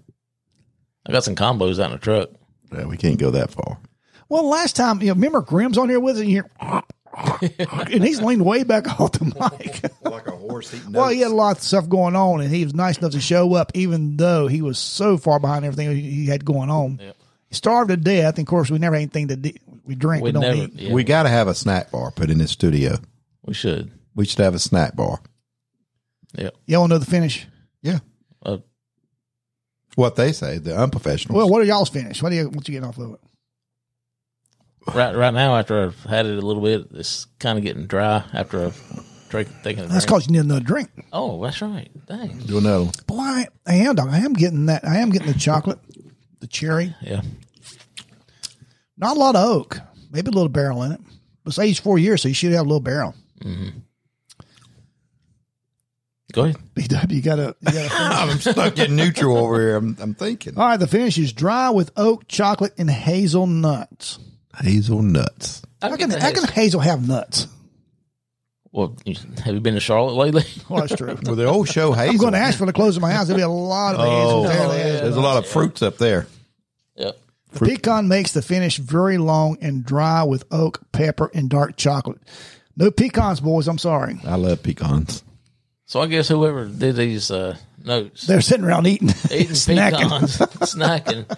Speaker 1: I got some combos out in the truck.
Speaker 3: yeah, we can't go that far.
Speaker 2: Well, last time, you know, remember Grimm's on here with it, and, you hear, <laughs> and he's leaned way back <laughs> off the mic.
Speaker 3: Like a horse eating.
Speaker 2: Well, he had a lot of stuff going on, and he was nice enough to show up, even though he was so far behind everything he he had going on. He starved to death, and of course, we never had anything to de- we drink. We,
Speaker 1: We
Speaker 2: don't
Speaker 1: never.
Speaker 2: eat.
Speaker 1: Yeah,
Speaker 3: We
Speaker 1: we,
Speaker 3: got to have a snack bar put in the studio.
Speaker 1: should.
Speaker 3: We should have a snack bar.
Speaker 1: Yeah.
Speaker 2: Y'all know the finish.
Speaker 3: Yeah,
Speaker 1: Uh,
Speaker 3: what they say, the unprofessional.
Speaker 2: Well, what are y'all's finish? What do you what you getting off of it?
Speaker 1: right. Right now, after I've had it a little bit, it's kind of getting dry. After I've drink, taken a
Speaker 2: That's
Speaker 1: drink.
Speaker 2: because you need another drink.
Speaker 1: oh, that's right. Dang.
Speaker 3: you know,
Speaker 2: But I, I am dog. I am getting that. I am getting the chocolate, the cherry.
Speaker 1: Yeah.
Speaker 2: Not a lot of oak. Maybe a little barrel in it. But it's aged four years, so you should have a little barrel. <laughs>
Speaker 1: Go ahead.
Speaker 2: BW, you got to. You gotta finish.
Speaker 3: I'm stuck in neutral over here. I'm, I'm thinking
Speaker 2: All right, the finish is dry with oak, chocolate, and hazelnuts.
Speaker 3: hazelnuts.
Speaker 2: How
Speaker 1: I
Speaker 2: can, how can hazel have nuts?
Speaker 1: Well, you- have you been to Charlotte lately? <laughs>
Speaker 2: Well, that's true.
Speaker 3: Well, the old show hazel.
Speaker 2: I'm going to ask for the close of my house. There'll be a lot of
Speaker 3: Oh,
Speaker 2: hazels there.
Speaker 3: there's a lot of fruits up there.
Speaker 1: yep.
Speaker 2: The pecan makes the finish very long and dry with oak, pepper, and dark chocolate. No pecans, boys. I'm sorry.
Speaker 3: I love pecans.
Speaker 1: So I guess whoever did these uh, notes
Speaker 2: They're sitting around eating, <laughs>
Speaker 1: eating pecans, snacking,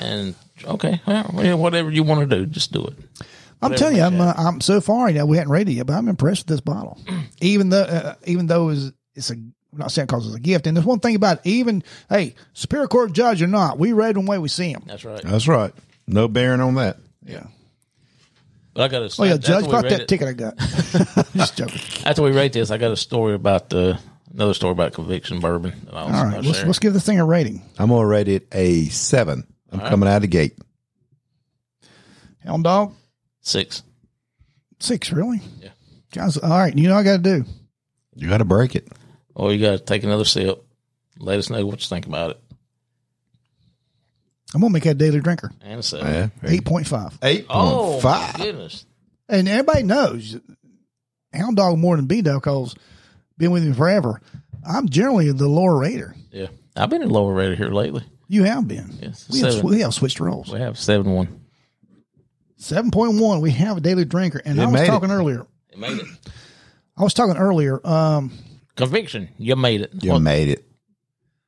Speaker 1: and okay, well, whatever you want to do, just do it.
Speaker 2: I'm telling you, I'm, uh, I'm so far. You know, we hadn't rated it yet, but I'm impressed with this bottle.
Speaker 1: <clears throat>
Speaker 2: even though, uh, even though it's, it's a, I'm not saying because it's a gift. And there's one thing about it. Even hey, superior court judge or not, we read them way we see them.
Speaker 1: That's right.
Speaker 3: That's right. No bearing on that.
Speaker 2: Yeah.
Speaker 1: But I got a.
Speaker 2: Oh yeah, judge
Speaker 1: after we
Speaker 2: bought
Speaker 1: rate
Speaker 2: that
Speaker 1: it-
Speaker 2: ticket I got. <laughs> Just joking.
Speaker 1: After we rate this, I got a story about uh, another story about conviction bourbon. And I'll,
Speaker 2: All right, let's, let's give this thing a rating.
Speaker 3: I'm gonna rate it a seven. I'm coming out of the gate.
Speaker 2: Hound dog
Speaker 1: six.
Speaker 2: six really?
Speaker 1: Yeah.
Speaker 2: Guys, all right. You know what I got to do.
Speaker 3: You got to break it.
Speaker 1: Or Oh, you got to take another sip. Let us know what you think about it.
Speaker 2: I'm gonna make that a daily drinker.
Speaker 1: And a seven.
Speaker 3: Yeah,
Speaker 2: Eight point five.
Speaker 3: eight
Speaker 1: Oh
Speaker 3: point
Speaker 1: my
Speaker 3: five.
Speaker 1: goodness!
Speaker 2: And everybody knows hound dog more than B dog because been with me forever. I'm generally the lower rater.
Speaker 1: Yeah, I've been in lower rated here lately.
Speaker 2: You have been.
Speaker 1: Yes,
Speaker 2: we, have,
Speaker 1: seven.
Speaker 2: we have switched roles.
Speaker 1: We have seven one.
Speaker 2: Seven point one. We have a daily drinker, and
Speaker 3: It
Speaker 2: I was
Speaker 3: made it.
Speaker 2: talking earlier.
Speaker 1: It made it.
Speaker 2: I was talking earlier. Um,
Speaker 1: Conviction, you made it.
Speaker 3: You
Speaker 1: What-
Speaker 3: made it.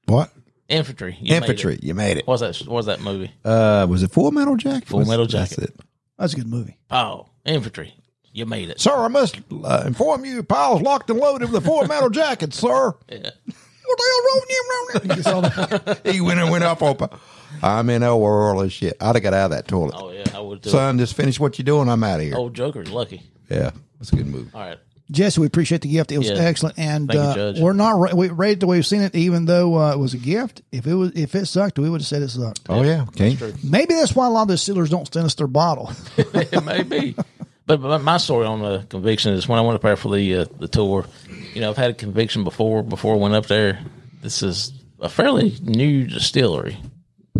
Speaker 3: What
Speaker 1: infantry, you made it.
Speaker 3: infantry? You made it.
Speaker 1: What's that? What's that movie?
Speaker 3: Uh, was it Full Metal Jacket?
Speaker 1: Full Metal
Speaker 3: That's
Speaker 1: Jacket.
Speaker 3: it.
Speaker 2: that's a good movie. <laughs>
Speaker 1: Oh, infantry, you made it.
Speaker 3: Sir, I must uh, inform you, Paul's locked and loaded with a Full Metal
Speaker 1: <laughs>
Speaker 3: Jacket, sir.
Speaker 2: What the hell wrong with you? You saw that?
Speaker 3: He went and went up on. Pa- I'm in a world of shit. I'd have got out of that toilet.
Speaker 1: Oh yeah, I would do. it.
Speaker 3: Son, just finish what you're doing. I'm out of here.
Speaker 1: Old Joker's lucky.
Speaker 3: Yeah, that's a good move.
Speaker 1: All right,
Speaker 2: Jesse, we appreciate the gift. It was
Speaker 1: Yeah.
Speaker 2: excellent, and
Speaker 1: Thank you,
Speaker 2: uh,
Speaker 1: Judge.
Speaker 2: we're not ra- we rated the way we've seen it, even though uh, it was a gift. If it was, if it sucked, we would have said it sucked.
Speaker 3: Oh yeah, can't.
Speaker 2: Maybe that's why a lot of the sealers don't send us
Speaker 1: <laughs>
Speaker 2: their bottle.
Speaker 1: it may be. But, but my story on the conviction is when I went up there for the uh, the tour. You know, I've had a conviction before. Before I went up there, this is a fairly new distillery.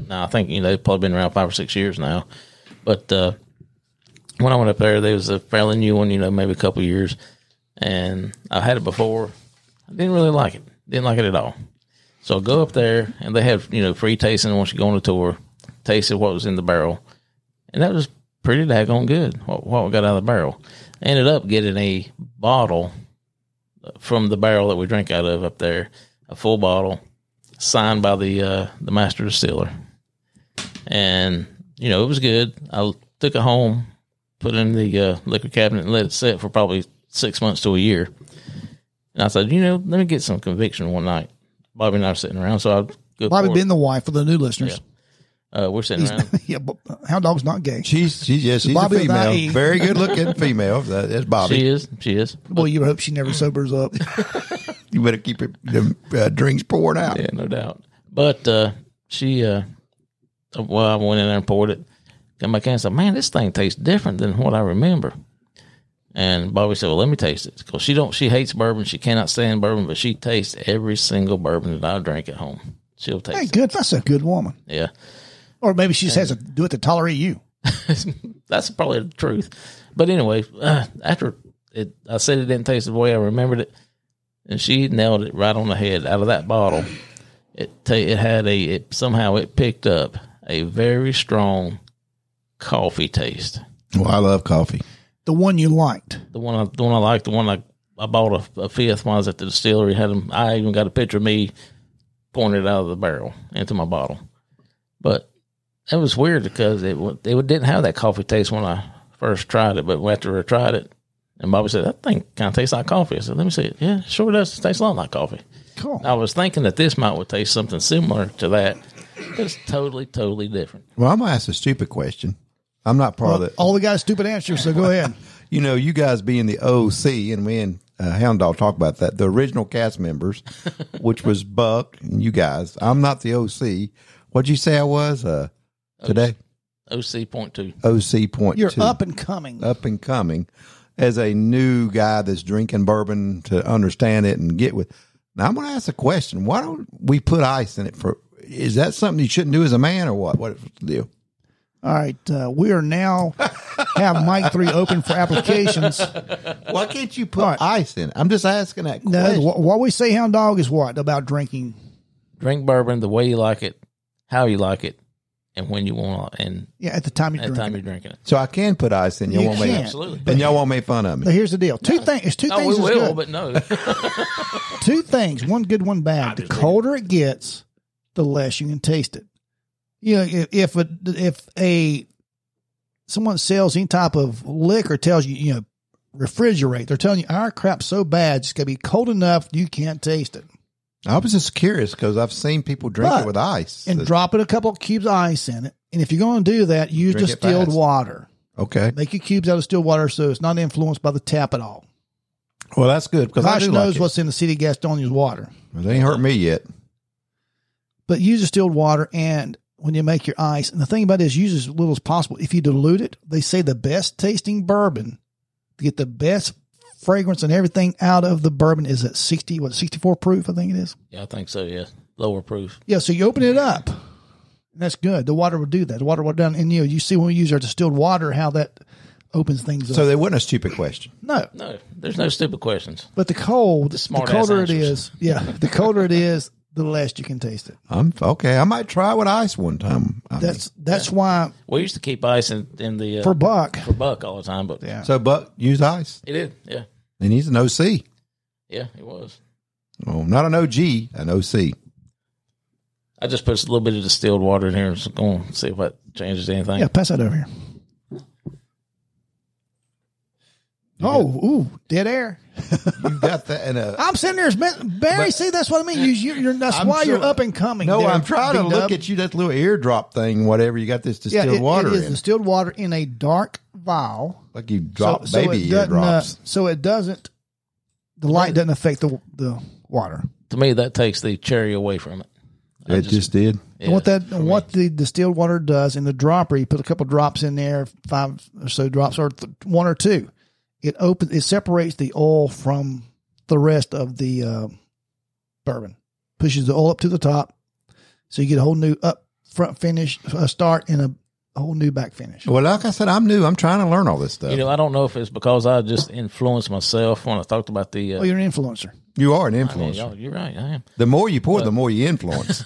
Speaker 1: Now I think you know they've probably been around five or six years now. But uh, when I went up there, there was a fairly new one. You know, maybe a couple years, and I've had it before. I didn't really like it. Didn't like it at all. So I go up there, and they have you know free tasting once you go on the tour. Tasted what was in the barrel and that was pretty daggone good. What, what we got out of the barrel. I ended up getting a bottle from the barrel that we drink out of up there, a full bottle signed by the uh, the master distiller, and you know it was good. I took it home, put it in the uh, liquor cabinet, and let it sit for probably six months to a year. And I said, you know, let me get some conviction one night. Bobby and I are sitting around, so I go.
Speaker 2: Bobby
Speaker 1: pour it.
Speaker 2: been the wife for the new listeners.
Speaker 1: uh, we're sitting around.
Speaker 2: <laughs> yeah, but Hound Dog's not gay.
Speaker 3: She's she's yeah, she's
Speaker 2: Bobby
Speaker 3: a
Speaker 2: and I.
Speaker 3: female, very good looking female. That- That's Bobby.
Speaker 1: She is. She is.
Speaker 2: Boy, you hope
Speaker 1: <laughs>
Speaker 2: she never sobers up.
Speaker 3: you better keep it, the uh, drinks poured out.
Speaker 1: Yeah, no doubt. But uh, she, uh, well, I went in there and poured it. Come back in and said, "Man, this thing tastes different than what I remember." And Bobby said, "Well, let me taste it because she don't. She hates bourbon. She cannot stand bourbon, but she tastes every single bourbon that I drink at home. She'll taste
Speaker 2: hey,
Speaker 1: it.
Speaker 2: good. That's a good woman.
Speaker 1: Yeah,
Speaker 2: Or maybe she just has to do it to tolerate you.
Speaker 1: <laughs> that's probably the truth. But anyway, uh, after it, I said it didn't taste the way I remembered it, and she nailed it right on the head out of that bottle. It ta- it had a it somehow it picked up a very strong coffee taste.
Speaker 3: Well, I love coffee.
Speaker 2: The one you liked.
Speaker 1: The one I, the one I liked, the one I I bought a, a fifth when I was at the distillery. Had them. I even got a picture of me pouring it out of the barrel into my bottle. But it was weird because it wa- it didn't have that coffee taste when I first tried it. But after I tried it, and Bobby said that thing kind of tastes like coffee. I said, "Let me see it. Yeah, it sure does. It tastes a lot like coffee."
Speaker 2: Cool.
Speaker 1: I was thinking that this might would taste something similar to that. but It's totally, totally different.
Speaker 3: Well, I'm gonna ask a stupid question. I'm not part of it.
Speaker 2: Uh, All we got is stupid answers, so go
Speaker 1: <laughs>
Speaker 2: ahead.
Speaker 3: You know, you guys being the OC, and we and uh, Hound Dog talk about that. The original
Speaker 1: <laughs>
Speaker 3: cast members, which was Buck and you guys. I'm not the OC. What'd you say I was uh, today?
Speaker 1: OC point two.
Speaker 3: OC point
Speaker 2: You're
Speaker 3: two.
Speaker 2: up and coming.
Speaker 3: up and coming as a new guy that's drinking bourbon to understand it and get with. Now I'm going to ask a question. Why don't we put ice in it for? Is that something you shouldn't do as a man or what? What's the deal?
Speaker 2: All right, uh, we are now have Mike three open for applications.
Speaker 3: Why can't you put
Speaker 2: All right.
Speaker 3: ice in it? I'm just asking that
Speaker 2: No,
Speaker 3: question.
Speaker 2: wh- what we say, hound dog, is what about drinking?
Speaker 1: Drink bourbon the way you like it, how you like it, and when you want, and
Speaker 2: Yeah, at the time you
Speaker 1: at the
Speaker 2: drink.
Speaker 1: time you're drinking it.
Speaker 3: so I can put ice in. Y'all
Speaker 2: You
Speaker 3: won't
Speaker 2: can't.
Speaker 3: make
Speaker 1: Absolutely.
Speaker 3: and y'all won't make fun of
Speaker 2: But
Speaker 3: me.
Speaker 2: here's the deal: two things. It's two
Speaker 1: No,
Speaker 2: things.
Speaker 1: we
Speaker 2: is
Speaker 1: will,
Speaker 2: good.
Speaker 1: but
Speaker 2: <laughs>
Speaker 1: no.
Speaker 2: two things: one good, one bad. The colder it gets, the less you can taste it. You know, if if a, if a someone sells any type of liquor, tells you, you know, refrigerate. They're telling you our crap's so bad, it's gonna be cold enough you can't taste it.
Speaker 3: I was just curious because I've seen people drink
Speaker 2: But-
Speaker 3: it with ice.
Speaker 2: and dropping a couple of cubes of ice in it. And if you're going to do that, use
Speaker 3: Drink it
Speaker 2: distilled
Speaker 3: fast.
Speaker 2: water.
Speaker 3: okay.
Speaker 2: Make your cubes out of distilled water so it's not influenced by the tap at all.
Speaker 3: Well, that's good because I
Speaker 2: Gosh
Speaker 3: do
Speaker 2: knows
Speaker 3: like
Speaker 2: what's in the city of Gastonia's water.
Speaker 3: it. It ain't hurt me yet.
Speaker 2: But use distilled water and when you make your ice, and the thing about it is use as little as possible. If you dilute it, they say the best tasting bourbon to get the best fragrance and everything out of the bourbon is at 60, what, 64 proof, I think it is.
Speaker 1: yeah, I think so. Yeah, lower proof.
Speaker 2: Yeah, so you open it up. That's good. The water will do that. The water will down, and you know, you see when we use our distilled water how that opens things up.
Speaker 3: So they wasn't a stupid question.
Speaker 2: no,
Speaker 1: No, there's no stupid questions.
Speaker 2: but the cold, the,
Speaker 1: smart-ass
Speaker 2: colder it
Speaker 1: answers.
Speaker 2: is, yeah, the colder it is, the less you can taste it.
Speaker 3: I'm okay. I might try with ice one time. I mean,
Speaker 2: That's that's why
Speaker 1: We used to keep ice in, in the uh,
Speaker 2: for
Speaker 1: for,
Speaker 2: Buck,
Speaker 1: buck all the time, but
Speaker 2: yeah,
Speaker 3: so Buck used ice.
Speaker 1: it did. Yeah,
Speaker 3: And he's an OC.
Speaker 1: yeah, it was.
Speaker 3: Oh, not an OG, an OC.
Speaker 1: I just put a little bit of distilled water in here and just going to see if that changes anything.
Speaker 2: yeah, pass that over here. Oh, ooh, dead air.
Speaker 3: You got that in a.
Speaker 2: I'm sitting there, as Ben- Barry. see, that's what I mean. You, you you're, that's
Speaker 3: I'm
Speaker 2: why you're
Speaker 3: sure-
Speaker 2: up and coming.
Speaker 3: No,
Speaker 2: there,
Speaker 3: I'm trying to
Speaker 2: big
Speaker 3: look
Speaker 2: dub.
Speaker 3: at you, that little eardrop thing, whatever. You got this
Speaker 2: yeah,
Speaker 3: distilled
Speaker 2: it,
Speaker 3: water
Speaker 2: it is
Speaker 3: in.
Speaker 2: distilled water in a dark vial.
Speaker 3: Like you drop
Speaker 2: so
Speaker 3: baby
Speaker 2: it doesn't, uh,
Speaker 3: eardrops.
Speaker 2: so it doesn't the light doesn't affect the the water.
Speaker 1: To me, that takes the cherry away from it. I
Speaker 3: It just, did.
Speaker 2: And what
Speaker 1: yeah,
Speaker 2: that what the distilled water does in the dropper, you put a couple drops in there, five or so drops, or th- one or two. It opens, it separates the oil from the rest of the uh, bourbon, pushes the oil up to the top, so you get a whole new up front finish, a start, and a, a whole new back finish.
Speaker 3: Well, like I said, I'm new. I'm trying to learn all this stuff.
Speaker 1: You know, I don't know if it's because I just influenced myself when I talked about the. Uh,
Speaker 2: Oh, you're an influencer.
Speaker 3: you are an
Speaker 1: I mean,
Speaker 3: influencer.
Speaker 1: y'all- you're right. I am.
Speaker 3: the more you pour, the more you influence.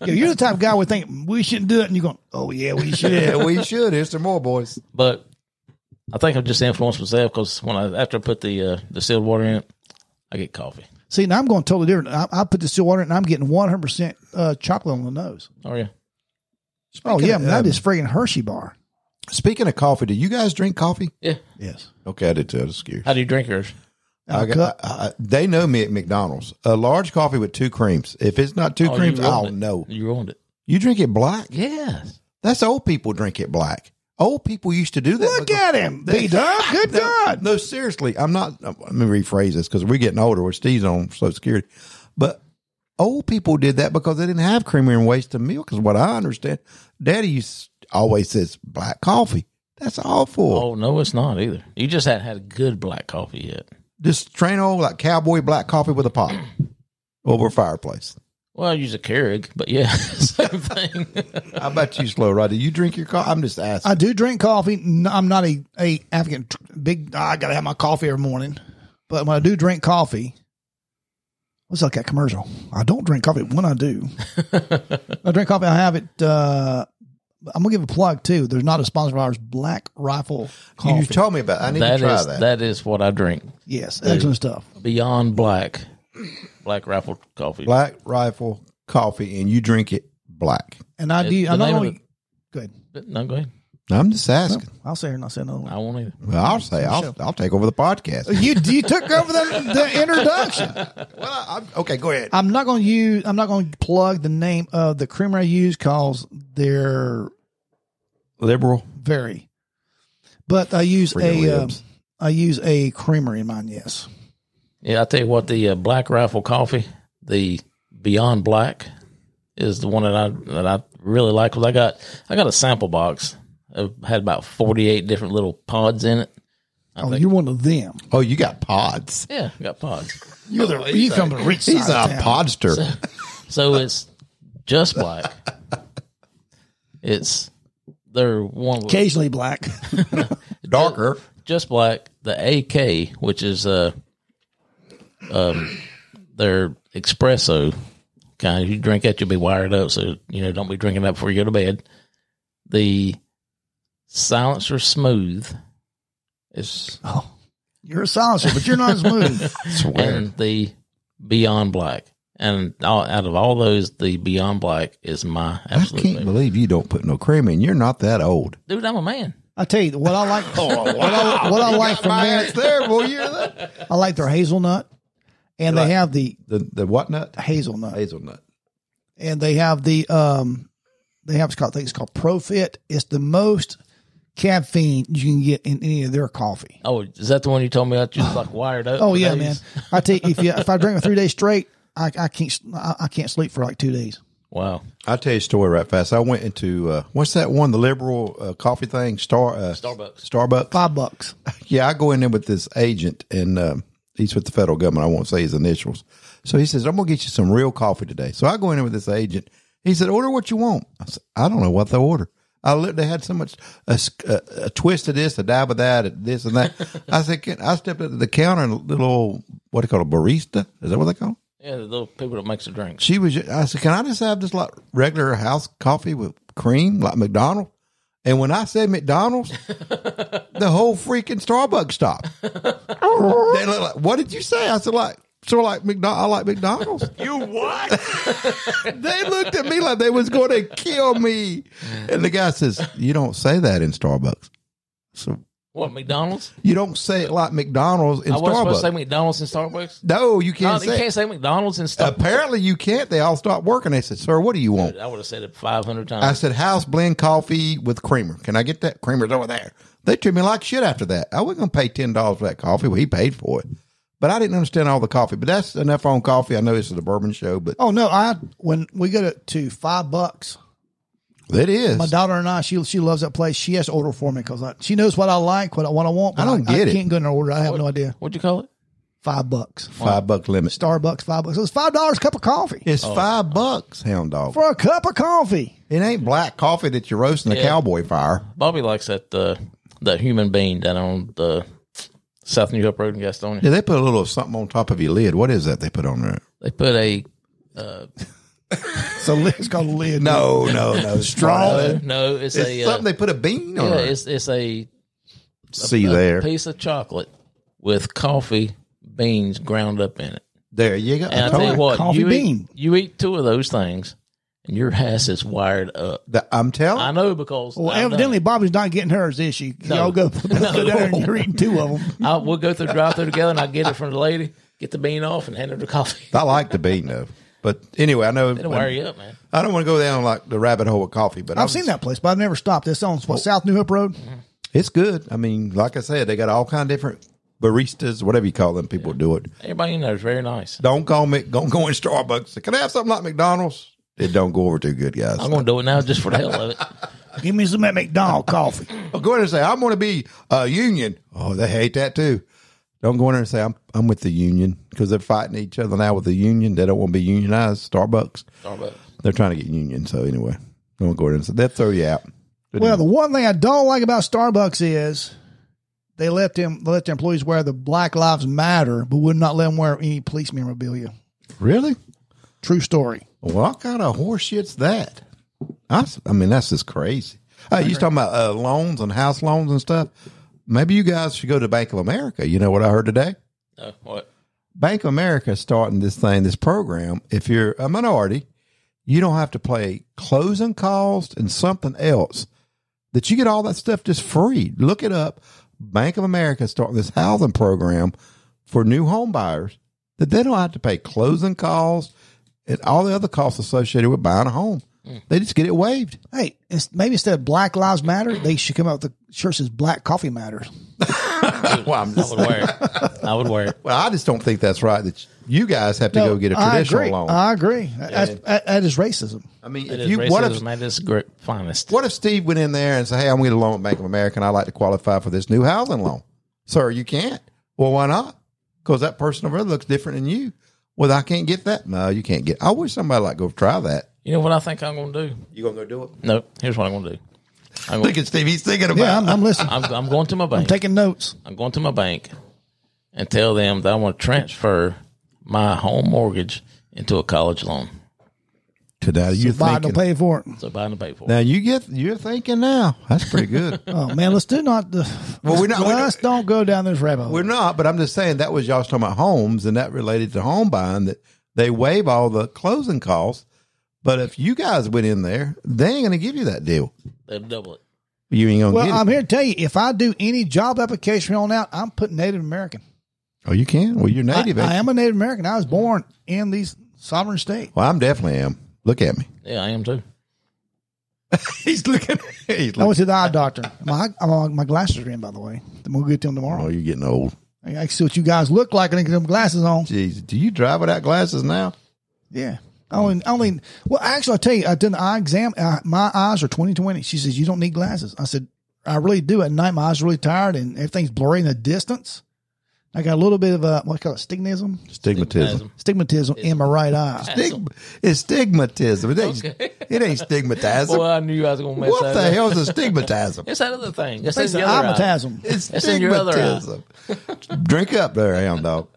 Speaker 2: Yeah, you're the type of guy would think we shouldn't do it, and you're going, "Oh yeah, we should."
Speaker 3: <laughs> yeah, we should. Here's some more, boys.
Speaker 1: but I think I've just influenced myself because when I after I put the uh, distilled water in it, I get coffee.
Speaker 2: See, now I'm going totally different. I, I put distilled water, in, and I'm getting 100 percent uh, chocolate on the nose.
Speaker 1: Oh yeah,
Speaker 2: Oh yeah,
Speaker 3: of,
Speaker 2: that
Speaker 3: um,
Speaker 2: is friggin' Hershey bar.
Speaker 3: Speaking of coffee, do you guys drink coffee?
Speaker 1: yeah.
Speaker 2: Yes.
Speaker 3: Okay, I did too. I was scared.
Speaker 1: How do you drink yours?
Speaker 3: I got, I, I- they know me at McDonald's. A large coffee with two creams. If it's not two
Speaker 1: Oh, you
Speaker 3: creams,
Speaker 1: ruined
Speaker 3: I'll
Speaker 1: it.
Speaker 3: know.
Speaker 1: You ruined it.
Speaker 3: You drink it black?
Speaker 1: Yes.
Speaker 3: That's old people drink it black. Old people used to do that.
Speaker 2: Look at him, B Dub. Good
Speaker 3: no,
Speaker 2: God.
Speaker 3: No, seriously, I'm not. uh, Let me rephrase this because we're getting older. We're Steve's on Social Security, but old people did that because they didn't have creamer and waste of milk. Is what I understand. Daddy used always says black coffee. That's awful.
Speaker 1: Oh no, it's not either. You just hadn't had a good black coffee yet.
Speaker 3: Just train old like cowboy black coffee with a pop
Speaker 1: <clears throat>
Speaker 3: over a fireplace.
Speaker 1: Well, I use a Keurig, but yeah, <laughs> same
Speaker 3: <laughs>
Speaker 1: thing.
Speaker 3: How about you, Slow Rider? You drink your coffee? I'm just asking.
Speaker 2: I do drink coffee. No, I'm not a, a African tr- big. I gotta have my coffee every morning, but when I do drink coffee, what's like that commercial? I don't drink coffee. When I do, I drink coffee. I have it. Uh, I'm gonna give a plug too. There's not a sponsor of ours. Black Rifle Coffee.
Speaker 3: you told me about. It. I need
Speaker 1: That
Speaker 3: to try
Speaker 1: is
Speaker 3: that.
Speaker 1: that is what I drink.
Speaker 2: yes, excellent stuff.
Speaker 1: Beyond black, black rifle coffee.
Speaker 3: Black Rifle coffee, and you drink it black.
Speaker 2: And I do.
Speaker 1: the
Speaker 2: I'm not
Speaker 1: name of
Speaker 2: only. Good.
Speaker 1: But- No, go ahead.
Speaker 3: I'm just asking.
Speaker 2: I'll say here and I'll say another
Speaker 1: <laughs>
Speaker 2: one.
Speaker 1: I won't either.
Speaker 3: Well, I'll say I'll, I'll take over the podcast.
Speaker 2: You you took over the, the introduction.
Speaker 3: Well, I, I'm, okay, go ahead.
Speaker 2: I'm not going to use. I'm not going to plug the name of the creamer I use because they're
Speaker 3: Liberal.
Speaker 2: very. But I use
Speaker 3: For your
Speaker 2: a. Um,
Speaker 3: ribs.
Speaker 2: I use a creamer in mine. Yes.
Speaker 1: Yeah, I tell you what, the uh, Black Rifle coffee, the Beyond Black, is the one that I that I really like. 'Cause I got I got a sample box. It had about forty eight different little pods in it.
Speaker 2: oh, you're one of them.
Speaker 3: Oh, you got pods.
Speaker 1: Yeah, I got pods.
Speaker 2: You're the. You come from the rich
Speaker 3: Oh, He's
Speaker 2: side of town.
Speaker 3: a podster.
Speaker 1: So it's just
Speaker 3: <laughs>
Speaker 1: black. It's they're one with
Speaker 2: Occasionally black. <laughs>
Speaker 3: Darker.
Speaker 1: just black. The AK, which is uh, um, their espresso kind. If you drink that, you'll be wired up. So you know, don't be drinking that before you go to bed. The silencer smooth is
Speaker 2: oh, you're a silencer, but you're not as smooth.
Speaker 1: and the beyond black. And all, out of all those, the Beyond Black is my
Speaker 3: I
Speaker 1: absolute
Speaker 3: can't
Speaker 1: favorite.
Speaker 3: believe you don't put no cream in. You're not that old.
Speaker 1: Dude, I'm a man.
Speaker 2: I tell you what I like.
Speaker 3: Oh, <laughs>
Speaker 2: what I, what I like from there.
Speaker 3: there, boy. You're the,
Speaker 2: I like their hazelnut, and they have the
Speaker 3: <laughs> the the what nut?
Speaker 2: hazelnut.
Speaker 3: Hazelnut.
Speaker 2: and they have the um they have it's called I think it's called ProFit. It's the most caffeine you can get in any of their coffee.
Speaker 1: Oh, is that the one you told me I just
Speaker 3: <sighs>
Speaker 1: like wired up?
Speaker 2: Oh
Speaker 1: for
Speaker 2: yeah,
Speaker 1: days?
Speaker 2: man. I tell you, if you if I drink it three days straight, I, I can't s- I, I can't sleep for like two days.
Speaker 1: Wow.
Speaker 3: I'll tell you a story right fast. I went into uh, what's that one? The liberal uh, coffee thing. Star uh,
Speaker 1: Starbucks.
Speaker 3: Starbucks.
Speaker 2: Five bucks.
Speaker 3: yeah, I go in there with this agent, and um, he's with the federal government. I won't say his initials. So he says, "I'm gonna get you some real coffee today." So I go in there with this agent. He said, "Order what you want." I said, "I don't know what to order." I looked. They had so much a, s- a- a twist of this, a dab of that, a this and that. I said, Can, "I stepped up to the counter and a little what do you call it, barista? Is that what they call?" It?
Speaker 1: Yeah, the little people that makes the drinks.
Speaker 3: She was. ju- I said, "Can I just have this like regular house coffee with cream, like McDonald's?" And when I said
Speaker 1: <laughs>
Speaker 3: McDonald's, the whole freaking Starbucks stopped. they look like, "What did you say?" I said, "Like." So like McDonald, I
Speaker 1: <laughs>
Speaker 3: like McDonald's. you what? <laughs> they looked at me like they was going to kill me. And the guy says, "You don't say that in Starbucks. So
Speaker 1: What McDonald's?
Speaker 3: you don't say it like McDonald's in
Speaker 1: I was supposed
Speaker 3: Starbucks.
Speaker 1: to say McDonald's and Starbucks.
Speaker 3: no, you can't
Speaker 1: No,
Speaker 3: say.
Speaker 1: you can't say McDonald's and Starbucks.
Speaker 3: Apparently, you can't. They all stopped working. They said, "Sir, what do you want?"
Speaker 1: I would have said it five hundred
Speaker 3: I
Speaker 1: times.
Speaker 3: said, house blend coffee with creamer. Can I get that? Creamer's over there. They treated me like shit after that. I wasn't going to pay $10 for that coffee. Well, he paid for it. But I didn't understand all the coffee. But that's enough on coffee. I know this is a bourbon show, but
Speaker 2: Oh no, I when we go to, to five bucks,
Speaker 3: it is.
Speaker 2: my daughter and I, she she loves that place. She has to order for me because she knows what I like, what I, what I want. but
Speaker 3: I don't get
Speaker 2: I
Speaker 3: it.
Speaker 2: can't go in there and order. I have no idea.
Speaker 1: What'd you call it?
Speaker 2: Five bucks,
Speaker 3: Five buck limit.
Speaker 2: Starbucks, five bucks. So it's five dollars a cup of coffee
Speaker 3: It's
Speaker 1: Oh.
Speaker 3: five bucks, hound dog.
Speaker 2: for a cup of coffee.
Speaker 3: It ain't black coffee that you roast in a
Speaker 1: Yeah.
Speaker 3: cowboy fire.
Speaker 1: Bobby likes that uh, that human bean down on the South New Hope Road in Gastonia.
Speaker 3: Yeah, they put a little something on top of your lid. What is that they put on there?
Speaker 1: They put a
Speaker 2: So it's called a lid.
Speaker 3: <laughs> No, no, no.
Speaker 1: no,
Speaker 3: Straw.
Speaker 1: no it's,
Speaker 3: It's
Speaker 1: a uh,
Speaker 3: something they put a bean on.
Speaker 1: yeah,
Speaker 3: it.
Speaker 1: it's it's a
Speaker 3: See
Speaker 1: a
Speaker 3: there.
Speaker 1: piece of chocolate with coffee beans ground up in it.
Speaker 3: There you go.
Speaker 1: And I
Speaker 3: Told
Speaker 1: tell you
Speaker 3: you.
Speaker 1: what,
Speaker 2: coffee
Speaker 1: you
Speaker 2: bean.
Speaker 1: eat you eat two of those things, and your ass is wired up.
Speaker 3: The- I'm telling
Speaker 1: I know because
Speaker 2: <laughs> Well,
Speaker 1: I know.
Speaker 2: evidently Bobby's not getting hers, is she? Y'all go, go down there and you're eating two of them.
Speaker 1: I, we'll go through the drive through together, and I get it from the lady, get the bean off, and hand her the coffee. <laughs>
Speaker 3: I like the bean though. But anyway, I know
Speaker 1: It'll wire you up, man.
Speaker 3: I don't want to go down like the rabbit hole of coffee, but
Speaker 2: I've seen that place, but I've never stopped. It's on what, South New Hope Road.
Speaker 3: It's good. I mean, like I said, they got all kind of different baristas, whatever you call them, people do it.
Speaker 1: Everybody you know is very nice.
Speaker 3: Don't call me don't go in Starbucks. Say, Can I have something like McDonald's? It don't go over too good, guys.
Speaker 1: I'm going to do it now just for the hell of it. <laughs>
Speaker 2: Give me some of that McDonald coffee.
Speaker 3: Oh, go in and say, I'm going to be a union. Oh, they hate that too. Don't go in there and say, I'm, I'm with the union because they're fighting each other now with the union. They don't want to be unionized. Starbucks,
Speaker 1: Starbucks.
Speaker 3: they're trying to get union. So anyway, don't go in and say, they'll throw you out. But
Speaker 2: Well, the one thing I don't like about Starbucks is they let them they let their employees wear the Black Lives Matter, but would not let them wear any police memorabilia.
Speaker 3: really?
Speaker 2: True story.
Speaker 3: What kind of horseshit's that? I, s- I mean, that's just crazy. Uh, you talking about uh, loans and house loans and stuff? Maybe you guys should go to Bank of America. You know what I heard today?
Speaker 1: No, Uh, what?
Speaker 3: Bank of America is starting this thing, this program. If you're a minority, you don't have to pay closing costs and something else. That you get all that stuff just free. Look it up. Bank of America is starting this housing program for new home buyers that they don't have to pay closing costs and all the other costs associated with buying a home.
Speaker 2: Hmm.
Speaker 3: They just get it waived.
Speaker 2: Hey, it's, maybe instead of Black Lives Matter, they should come out with the shirt that says Black Coffee Matters.
Speaker 1: Well, I'm I would wear it. I would wear it.
Speaker 3: Well, I just don't think that's right that you guys have to go get a traditional
Speaker 2: I agree. Uh,
Speaker 3: loan.
Speaker 2: I agree. That's, that- that is racism.
Speaker 3: I mean,
Speaker 1: It
Speaker 3: if
Speaker 1: is
Speaker 3: you
Speaker 1: racism,
Speaker 3: what if
Speaker 1: man. It's great, finest.
Speaker 3: What if Steve went in there and said, "Hey, I'm going to get a loan with Bank of America, and I'd like to qualify for this new housing loan, sir? You can't. Well, why not? Because that person over there looks different than you. Well, I can't get that. No, you can't get. I wish somebody like go try that.
Speaker 1: You know what I think I'm going to do?
Speaker 3: You gonna go do it?
Speaker 1: No, here's what I'm going to do. I'm going,
Speaker 3: Look at Steve. He's thinking about.
Speaker 2: Yeah, I'm, I'm listening.
Speaker 1: I'm, I'm going to my bank.
Speaker 2: Taking notes.
Speaker 1: I'm going to my bank and tell them that I want to transfer my home mortgage into a college loan.
Speaker 3: today. You
Speaker 2: Biden will
Speaker 3: thinking?
Speaker 2: pay for it.
Speaker 1: So Biden pay for it.
Speaker 3: Now you get. You're thinking now. That's pretty good.
Speaker 2: Oh man, let's do not. The,
Speaker 3: Well, we're not- we're not-
Speaker 2: Let's don't go down this rabbit hole.
Speaker 3: <laughs> We're not, but I'm just saying that was y'all talking about homes and that related to home buying that they waive all the closing costs. But if you guys went in there, they ain't going to give you that deal.
Speaker 1: They'll double it.
Speaker 3: You ain't going to
Speaker 2: Well,
Speaker 3: get it.
Speaker 2: I'm here to tell you, if I do any job application on out, I'm putting Native American.
Speaker 3: Oh, you can. Well, you're
Speaker 2: I,
Speaker 3: native. ain't
Speaker 2: I
Speaker 3: you?
Speaker 2: am a Native American. I was born in these sovereign states.
Speaker 3: Well, I'm definitely am. Look
Speaker 1: <laughs>
Speaker 3: at me.
Speaker 1: Yeah, I am too.
Speaker 3: he's looking. He's
Speaker 2: I went to the eye doctor. My my, my glasses are in, by the way. I'm gonna get them
Speaker 3: <laughs> oh,
Speaker 2: tomorrow.
Speaker 3: you're getting old.
Speaker 2: I can see what you guys look like and I get them glasses on.
Speaker 3: Jeez, do you drive without glasses now?
Speaker 2: Yeah. I only, I only, well, actually, I'll tell you, I did an eye exam. Uh, my eyes are 20 20. She says, You don't need glasses. I said, I really do. At night, my eyes are really tired and everything's blurry in the distance. I got a little bit of a, what do you call it, stigmatism?
Speaker 3: Stigmatism.
Speaker 2: Stigmatism in my right eye.
Speaker 3: Stigma, it's stigmatism. It ain't,
Speaker 1: Okay.
Speaker 3: <laughs> it ain't stigmatism.
Speaker 1: Well, I knew I was going to mess
Speaker 3: what
Speaker 1: that
Speaker 3: the
Speaker 1: up.
Speaker 3: hell
Speaker 1: <laughs>
Speaker 3: is a stigmatism?
Speaker 1: It's that other thing. It's
Speaker 2: It's
Speaker 1: the
Speaker 2: an
Speaker 1: other eye.
Speaker 2: eymatism.
Speaker 3: It's
Speaker 1: It's in your other eye.
Speaker 3: stigmatism. Drink up there, hound dog.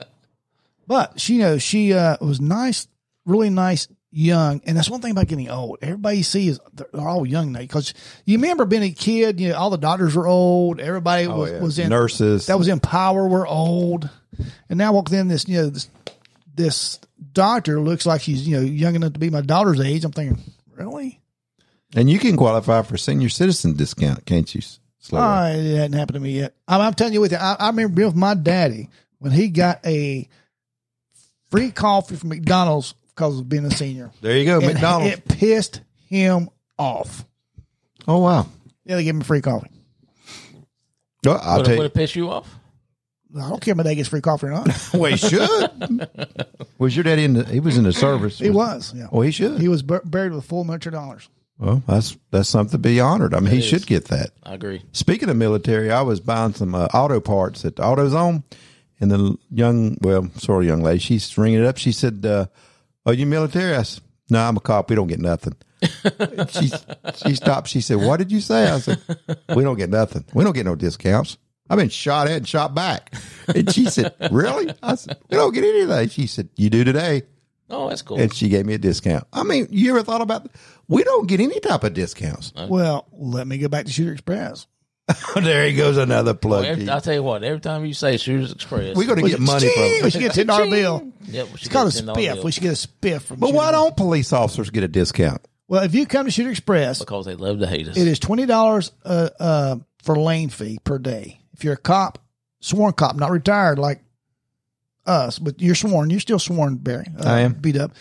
Speaker 2: But she you know she uh, was nice, really nice, young, and that's one thing about getting old. Everybody you see is they're, they're all young now because you remember being a kid. You know, all the doctors were old. Everybody was,
Speaker 3: yeah.
Speaker 2: was in
Speaker 3: Nurses.
Speaker 2: that was in power. Were old, and now walk in this you know this this doctor looks like she's you know young enough to be my daughter's age. I'm thinking really.
Speaker 3: And you can qualify for senior citizen discount, can't you? Slow
Speaker 2: Oh, it hadn't happened to me yet. I'm, I'm telling you with you, I, I remember being with my daddy when he got a free coffee from McDonald's because of being a senior.
Speaker 3: there you go,
Speaker 2: And
Speaker 3: McDonald's.
Speaker 2: It pissed him off.
Speaker 3: oh wow.
Speaker 2: Yeah, they gave him free coffee.
Speaker 3: Well, I'll
Speaker 1: Would it,
Speaker 3: tell
Speaker 1: would
Speaker 3: you,
Speaker 1: it piss you off?
Speaker 2: I don't care if my dad gets free coffee or not.
Speaker 3: Well, he should.
Speaker 1: <laughs>
Speaker 3: was your daddy in the? He was in the service. <laughs>
Speaker 2: He was. Yeah.
Speaker 3: Well, he should.
Speaker 2: He was bur- buried with full military dollars.
Speaker 3: well, that's that's something to be honored. I mean, he
Speaker 1: is.
Speaker 3: should get that.
Speaker 1: I agree.
Speaker 3: Speaking of military, I was buying some uh, auto parts at the AutoZone, and the young, well, sort of young lady, she's ringing it up. She said, uh, "Are you military?" I said, "No, I'm a cop. We don't get nothing." she she stopped. She said, "What did you say?" I said, "We don't get nothing. We don't get no discounts. I've been shot at and shot back." And she said, "Really?" I said, "We don't get anything." She said, "You do today."
Speaker 1: Oh, that's cool.
Speaker 3: And she gave me a discount. I mean, you ever thought about? We don't get any type of discounts.
Speaker 2: Well, let me go back to Shooter Express.
Speaker 3: <laughs> there he goes, another plug.
Speaker 1: Every-
Speaker 3: Keith.
Speaker 1: I'll tell you what. Every time you say Shooters Express,
Speaker 3: We're going to get money from
Speaker 2: Ching! We should get a ten dollar bill.
Speaker 1: Yep, we should
Speaker 2: It's called a
Speaker 1: get $10
Speaker 2: spiff.
Speaker 1: bill
Speaker 2: We should get a spiff from.
Speaker 3: But why
Speaker 2: Shooter-
Speaker 3: don't police officers get a discount? <laughs>
Speaker 2: Well, if you come to Shooter Express,
Speaker 1: because they love to hate us.
Speaker 2: it is twenty dollars uh, uh, for lane fee per day. If you're a cop, sworn cop, not retired like us, but you're sworn. You're still sworn, Barry. Uh,
Speaker 3: I am.
Speaker 2: beat up.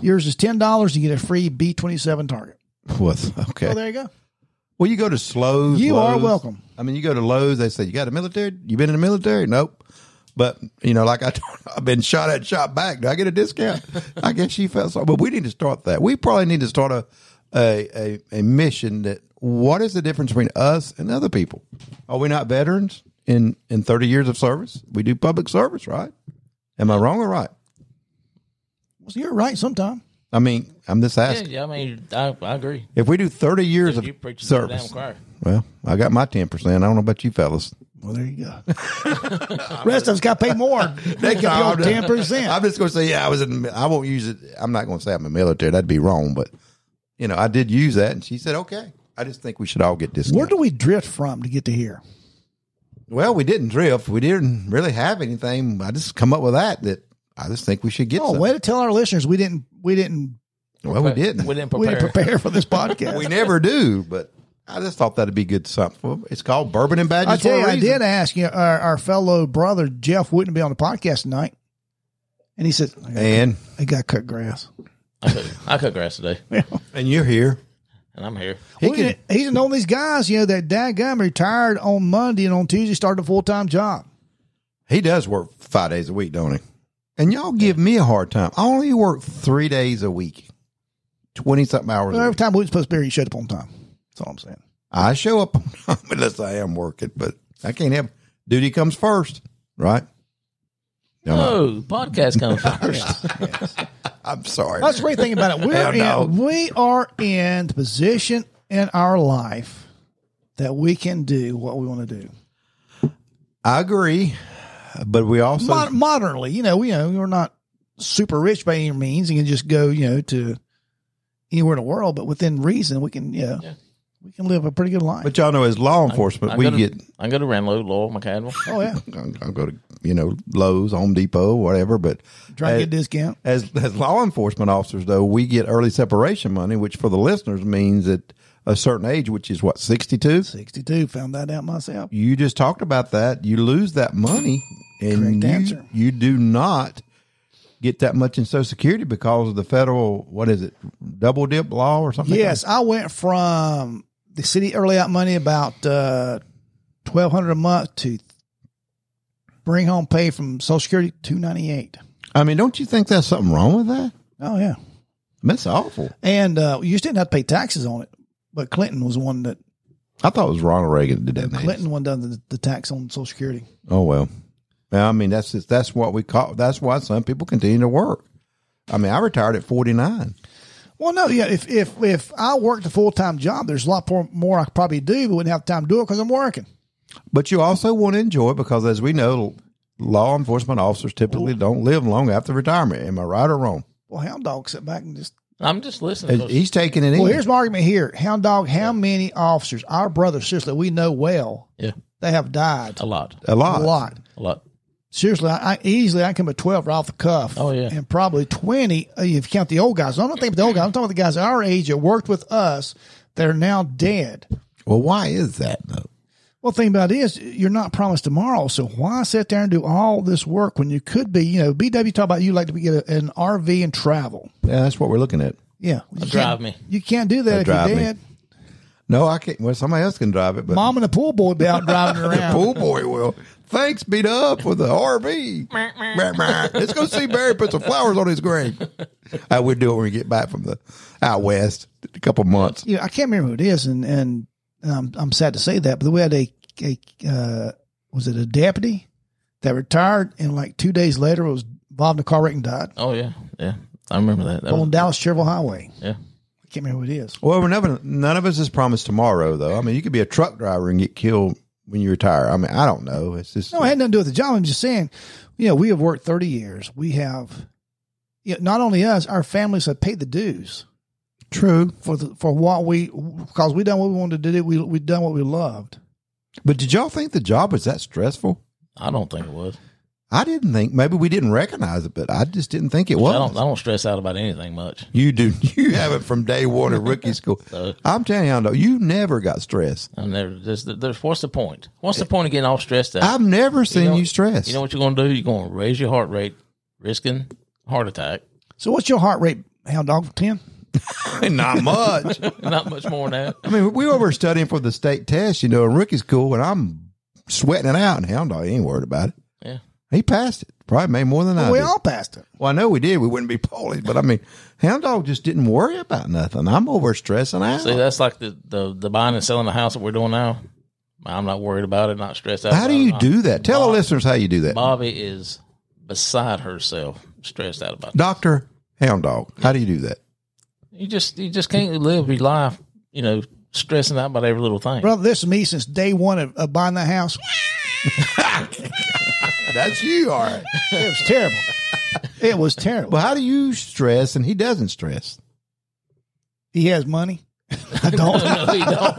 Speaker 2: Yours is ten dollars. You get a free B twenty seven target.
Speaker 3: With
Speaker 2: Oh,
Speaker 3: okay,
Speaker 2: there you go.
Speaker 3: well, you go to Slows.
Speaker 2: You are
Speaker 3: Lowe's.
Speaker 2: welcome.
Speaker 3: I mean, you go to Lowe's. They say you got a military. You been in the military? Nope. But you know, like I, <laughs> told- I've been shot at, shot back. Do I get
Speaker 2: <laughs>
Speaker 3: a discount? I guess she felt sorry. But we need to start that. We probably need to start a a a, a mission that. What is the difference between us and other people? Are we not veterans in in thirty years of service? We do public service, right? Am I wrong or right?
Speaker 2: So you're right. Sometime.
Speaker 3: I mean, I'm just
Speaker 1: yeah,
Speaker 3: asking.
Speaker 1: yeah, I mean, I, I agree.
Speaker 3: If we do thirty years
Speaker 1: You
Speaker 3: of
Speaker 1: preach to the damn
Speaker 3: service,
Speaker 1: choir.
Speaker 3: Well, I got my ten percent. I don't know about you fellas.
Speaker 2: Well, there
Speaker 3: <laughs>
Speaker 2: you go. Rest of us got to pay more. Make up your ten
Speaker 3: I'm
Speaker 2: percent.
Speaker 3: just gonna say, yeah, I was in. I won't use it. I'm not gonna say I'm a military. That'd be wrong. But you know, I did use that, and she said, okay. I just think we should all get
Speaker 2: Where
Speaker 3: discounted.
Speaker 2: do we drift from to get to here?
Speaker 3: well, we didn't drift. We didn't really have anything. I just come up with that. That I just think we should get.
Speaker 2: Oh,
Speaker 3: something.
Speaker 2: way to tell our listeners we didn't we didn't
Speaker 3: well, we didn't.
Speaker 1: We didn't
Speaker 2: we
Speaker 1: prepare.
Speaker 2: didn't prepare for
Speaker 3: <laughs>
Speaker 2: this podcast.
Speaker 3: We never do. But I just thought that'd be good something. Well, It's called bourbon and badges.
Speaker 2: I tell
Speaker 3: for a
Speaker 2: you, I
Speaker 3: reason.
Speaker 2: did ask you know, our, our fellow brother Jeff wouldn't be on the podcast tonight, and he said,
Speaker 3: And
Speaker 2: "I got to cut grass."
Speaker 1: I cut, I cut grass today,
Speaker 3: and you're here.
Speaker 1: and I'm here.
Speaker 3: He
Speaker 2: Well,
Speaker 3: could-
Speaker 2: he's one of these guys, you know, that dadgum retired on Monday and on Tuesday started a full time job.
Speaker 3: He does work five days a week, don't he? And y'all give me a hard time. I only work three days a week, twenty something hours.
Speaker 2: Well,
Speaker 3: a
Speaker 2: every
Speaker 3: week.
Speaker 2: time we was supposed to be here, you showed up on time. That's all I'm saying.
Speaker 3: I show up on <laughs> time unless I am working, but I can't have duty comes first, right? No, no.
Speaker 1: Oh, podcast comes
Speaker 3: <laughs>
Speaker 1: first. Oh.
Speaker 3: I'm sorry.
Speaker 2: That's the great thing about
Speaker 3: <laughs>
Speaker 2: it. We're
Speaker 3: Hell
Speaker 2: in,
Speaker 3: no.
Speaker 2: we are in the position in our life that we can do what we want to do.
Speaker 3: I agree, but we also
Speaker 2: Mod- modernly, you know, we you know we're not super rich by any means, and can just go, you know, to anywhere in the world, but within reason, we can, you know,
Speaker 1: Yeah.
Speaker 2: we can live a pretty good life.
Speaker 3: but y'all know as law enforcement,
Speaker 1: I
Speaker 3: we
Speaker 1: go to,
Speaker 3: get
Speaker 1: I go to Renlow, Lowell, McCadwell.
Speaker 2: oh yeah,
Speaker 3: I'll go to you know Lowe's, Home Depot, whatever, but
Speaker 2: trying
Speaker 3: uh,
Speaker 2: to get a discount.
Speaker 3: as as law enforcement officers though we get early separation money which for the listeners means at a certain age which is what 62
Speaker 2: Sixty-two, found that out myself.
Speaker 3: you just talked about that you lose that money and
Speaker 2: Correct
Speaker 3: you,
Speaker 2: answer.
Speaker 3: you do not get that much in social security because of the federal what is it double dip law or something
Speaker 2: Yes, I went from the city early out money about uh, twelve hundred a month to bring home pay from Social Security two ninety-eight.
Speaker 3: i mean don't you think there's something wrong with that
Speaker 2: Oh yeah,
Speaker 3: that's awful
Speaker 2: and uh, you just didn't have to pay taxes on it, but Clinton was one that
Speaker 3: i thought it was ronald reagan that did that
Speaker 2: Clinton one done the, the tax on Social Security.
Speaker 3: Oh well. Now, I mean that's just, that's what we call that's why some people continue to work. I mean, I retired at forty nine.
Speaker 2: Well, no, yeah. If if if I worked a full time job, there's a lot more, more I could probably do, but wouldn't have time to do it because I'm working.
Speaker 3: But you also want to enjoy it because as we know, law enforcement officers
Speaker 2: Oh.
Speaker 3: typically don't live long after retirement. Am I right or wrong?
Speaker 2: Well, hound dog sit back and just.
Speaker 1: I'm just listening.
Speaker 3: As- He's taking it in.
Speaker 2: Well, here's my argument here, hound dog. How many officers, our brothers, seriously, we know well,
Speaker 1: yeah,
Speaker 2: they have died
Speaker 1: a lot,
Speaker 3: a lot.
Speaker 2: a lot.
Speaker 1: a lot.
Speaker 2: Seriously, I, I easily I can come at twelve right off the cuff.
Speaker 1: Oh, yeah.
Speaker 2: and probably twenty uh, if you count the old guys. I'm not thinking about the old guys. I'm talking about the guys our age that worked with us that are now dead.
Speaker 3: Well, why is that though?
Speaker 2: Well, the thing about it is, you're not promised tomorrow. So why sit there and do all this work when you could be, you know, BW talk about you like to get a, an RV and travel.
Speaker 3: Yeah, that's what we're looking at.
Speaker 2: Yeah. You
Speaker 1: drive
Speaker 2: can't-
Speaker 1: me.
Speaker 2: You can't do that if
Speaker 3: drive
Speaker 2: you're
Speaker 3: me.
Speaker 2: dead.
Speaker 3: No, I can't. Well, somebody else can drive it, but <laughs>
Speaker 2: Mom and the pool boy be out driving around.
Speaker 3: pool boy will. Thanks, beat up with
Speaker 2: <laughs>
Speaker 3: the RV. Brr, brr. Let's go see Barry put some flowers on his grave. I would do it when we get back from the out west. A couple months.
Speaker 2: you know, I can't remember who it is, and and um, I'm sad to say that, but we had a, a uh, was it a deputy that retired, and like two days later was involved in a car wreck and died
Speaker 1: Oh yeah, yeah. I remember that. that
Speaker 2: on
Speaker 1: was,
Speaker 2: Dallas Cherville Highway.
Speaker 1: yeah.
Speaker 2: I can't remember who it is.
Speaker 3: Well, we're never, none of us is promised tomorrow, though. I mean, you could be a truck driver and get killed when you retire. I mean, I don't know. It's just
Speaker 2: No, it had nothing to do with the job. I'm just saying, you know, we have worked 30 years. We have, you know, not only us, our families have paid the dues
Speaker 3: true.
Speaker 2: for the, for what we because we done what we wanted to do. We we done what we loved.
Speaker 3: But did y'all think the job was that stressful?
Speaker 1: I don't think it was.
Speaker 3: I didn't think. Maybe we didn't recognize it, but I just didn't think it
Speaker 1: I don't.
Speaker 3: was.
Speaker 1: I don't stress out about anything much.
Speaker 3: You do. <laughs> You have it from day one of rookie <laughs> school.
Speaker 1: So
Speaker 3: I'm telling you, I know, you never got stressed.
Speaker 1: I'm never. There's, there's. What's the point? What's the point of getting all stressed out?
Speaker 3: I've never seen you,
Speaker 1: know-
Speaker 3: stressed.
Speaker 1: You know what you're going to do? You're going to raise your heart rate, risking heart attack.
Speaker 2: So what's your heart rate, hound dog? Ten.
Speaker 3: <laughs> not much.
Speaker 1: Not much more than
Speaker 3: I <laughs>
Speaker 1: that.
Speaker 3: mean, we were studying for the state test, you know, in rookie school, and I'm sweating it out, and Hound Dog ain't worried about it.
Speaker 1: Yeah.
Speaker 3: He passed it. Probably made more than I
Speaker 2: we
Speaker 3: did.
Speaker 2: all passed it.
Speaker 3: well, I know we did. We wouldn't be polling, but I mean, Hound Dog just didn't worry about nothing. I'm over stressing out.
Speaker 1: See, that's like the, the the buying and selling the house that we're doing now. I'm not worried about it. Not stressed out.
Speaker 3: how do
Speaker 1: about it.
Speaker 3: you
Speaker 1: I'm-
Speaker 3: do that? Tell the listeners how you do that.
Speaker 1: Bobby is beside herself, stressed out about. It.
Speaker 3: Doctor Hound Dog, how do you do that?
Speaker 1: You just you just can't live your life. You know, stressing out about every little thing. <laughs>
Speaker 2: Brother, this is me since day one of, of buying that house.
Speaker 3: That's you, all right.
Speaker 2: It was terrible. It was terrible.
Speaker 3: Well, how do you stress and he doesn't stress? <laughs>
Speaker 2: He has money. I
Speaker 3: <laughs>
Speaker 2: don't.
Speaker 1: No, you don't.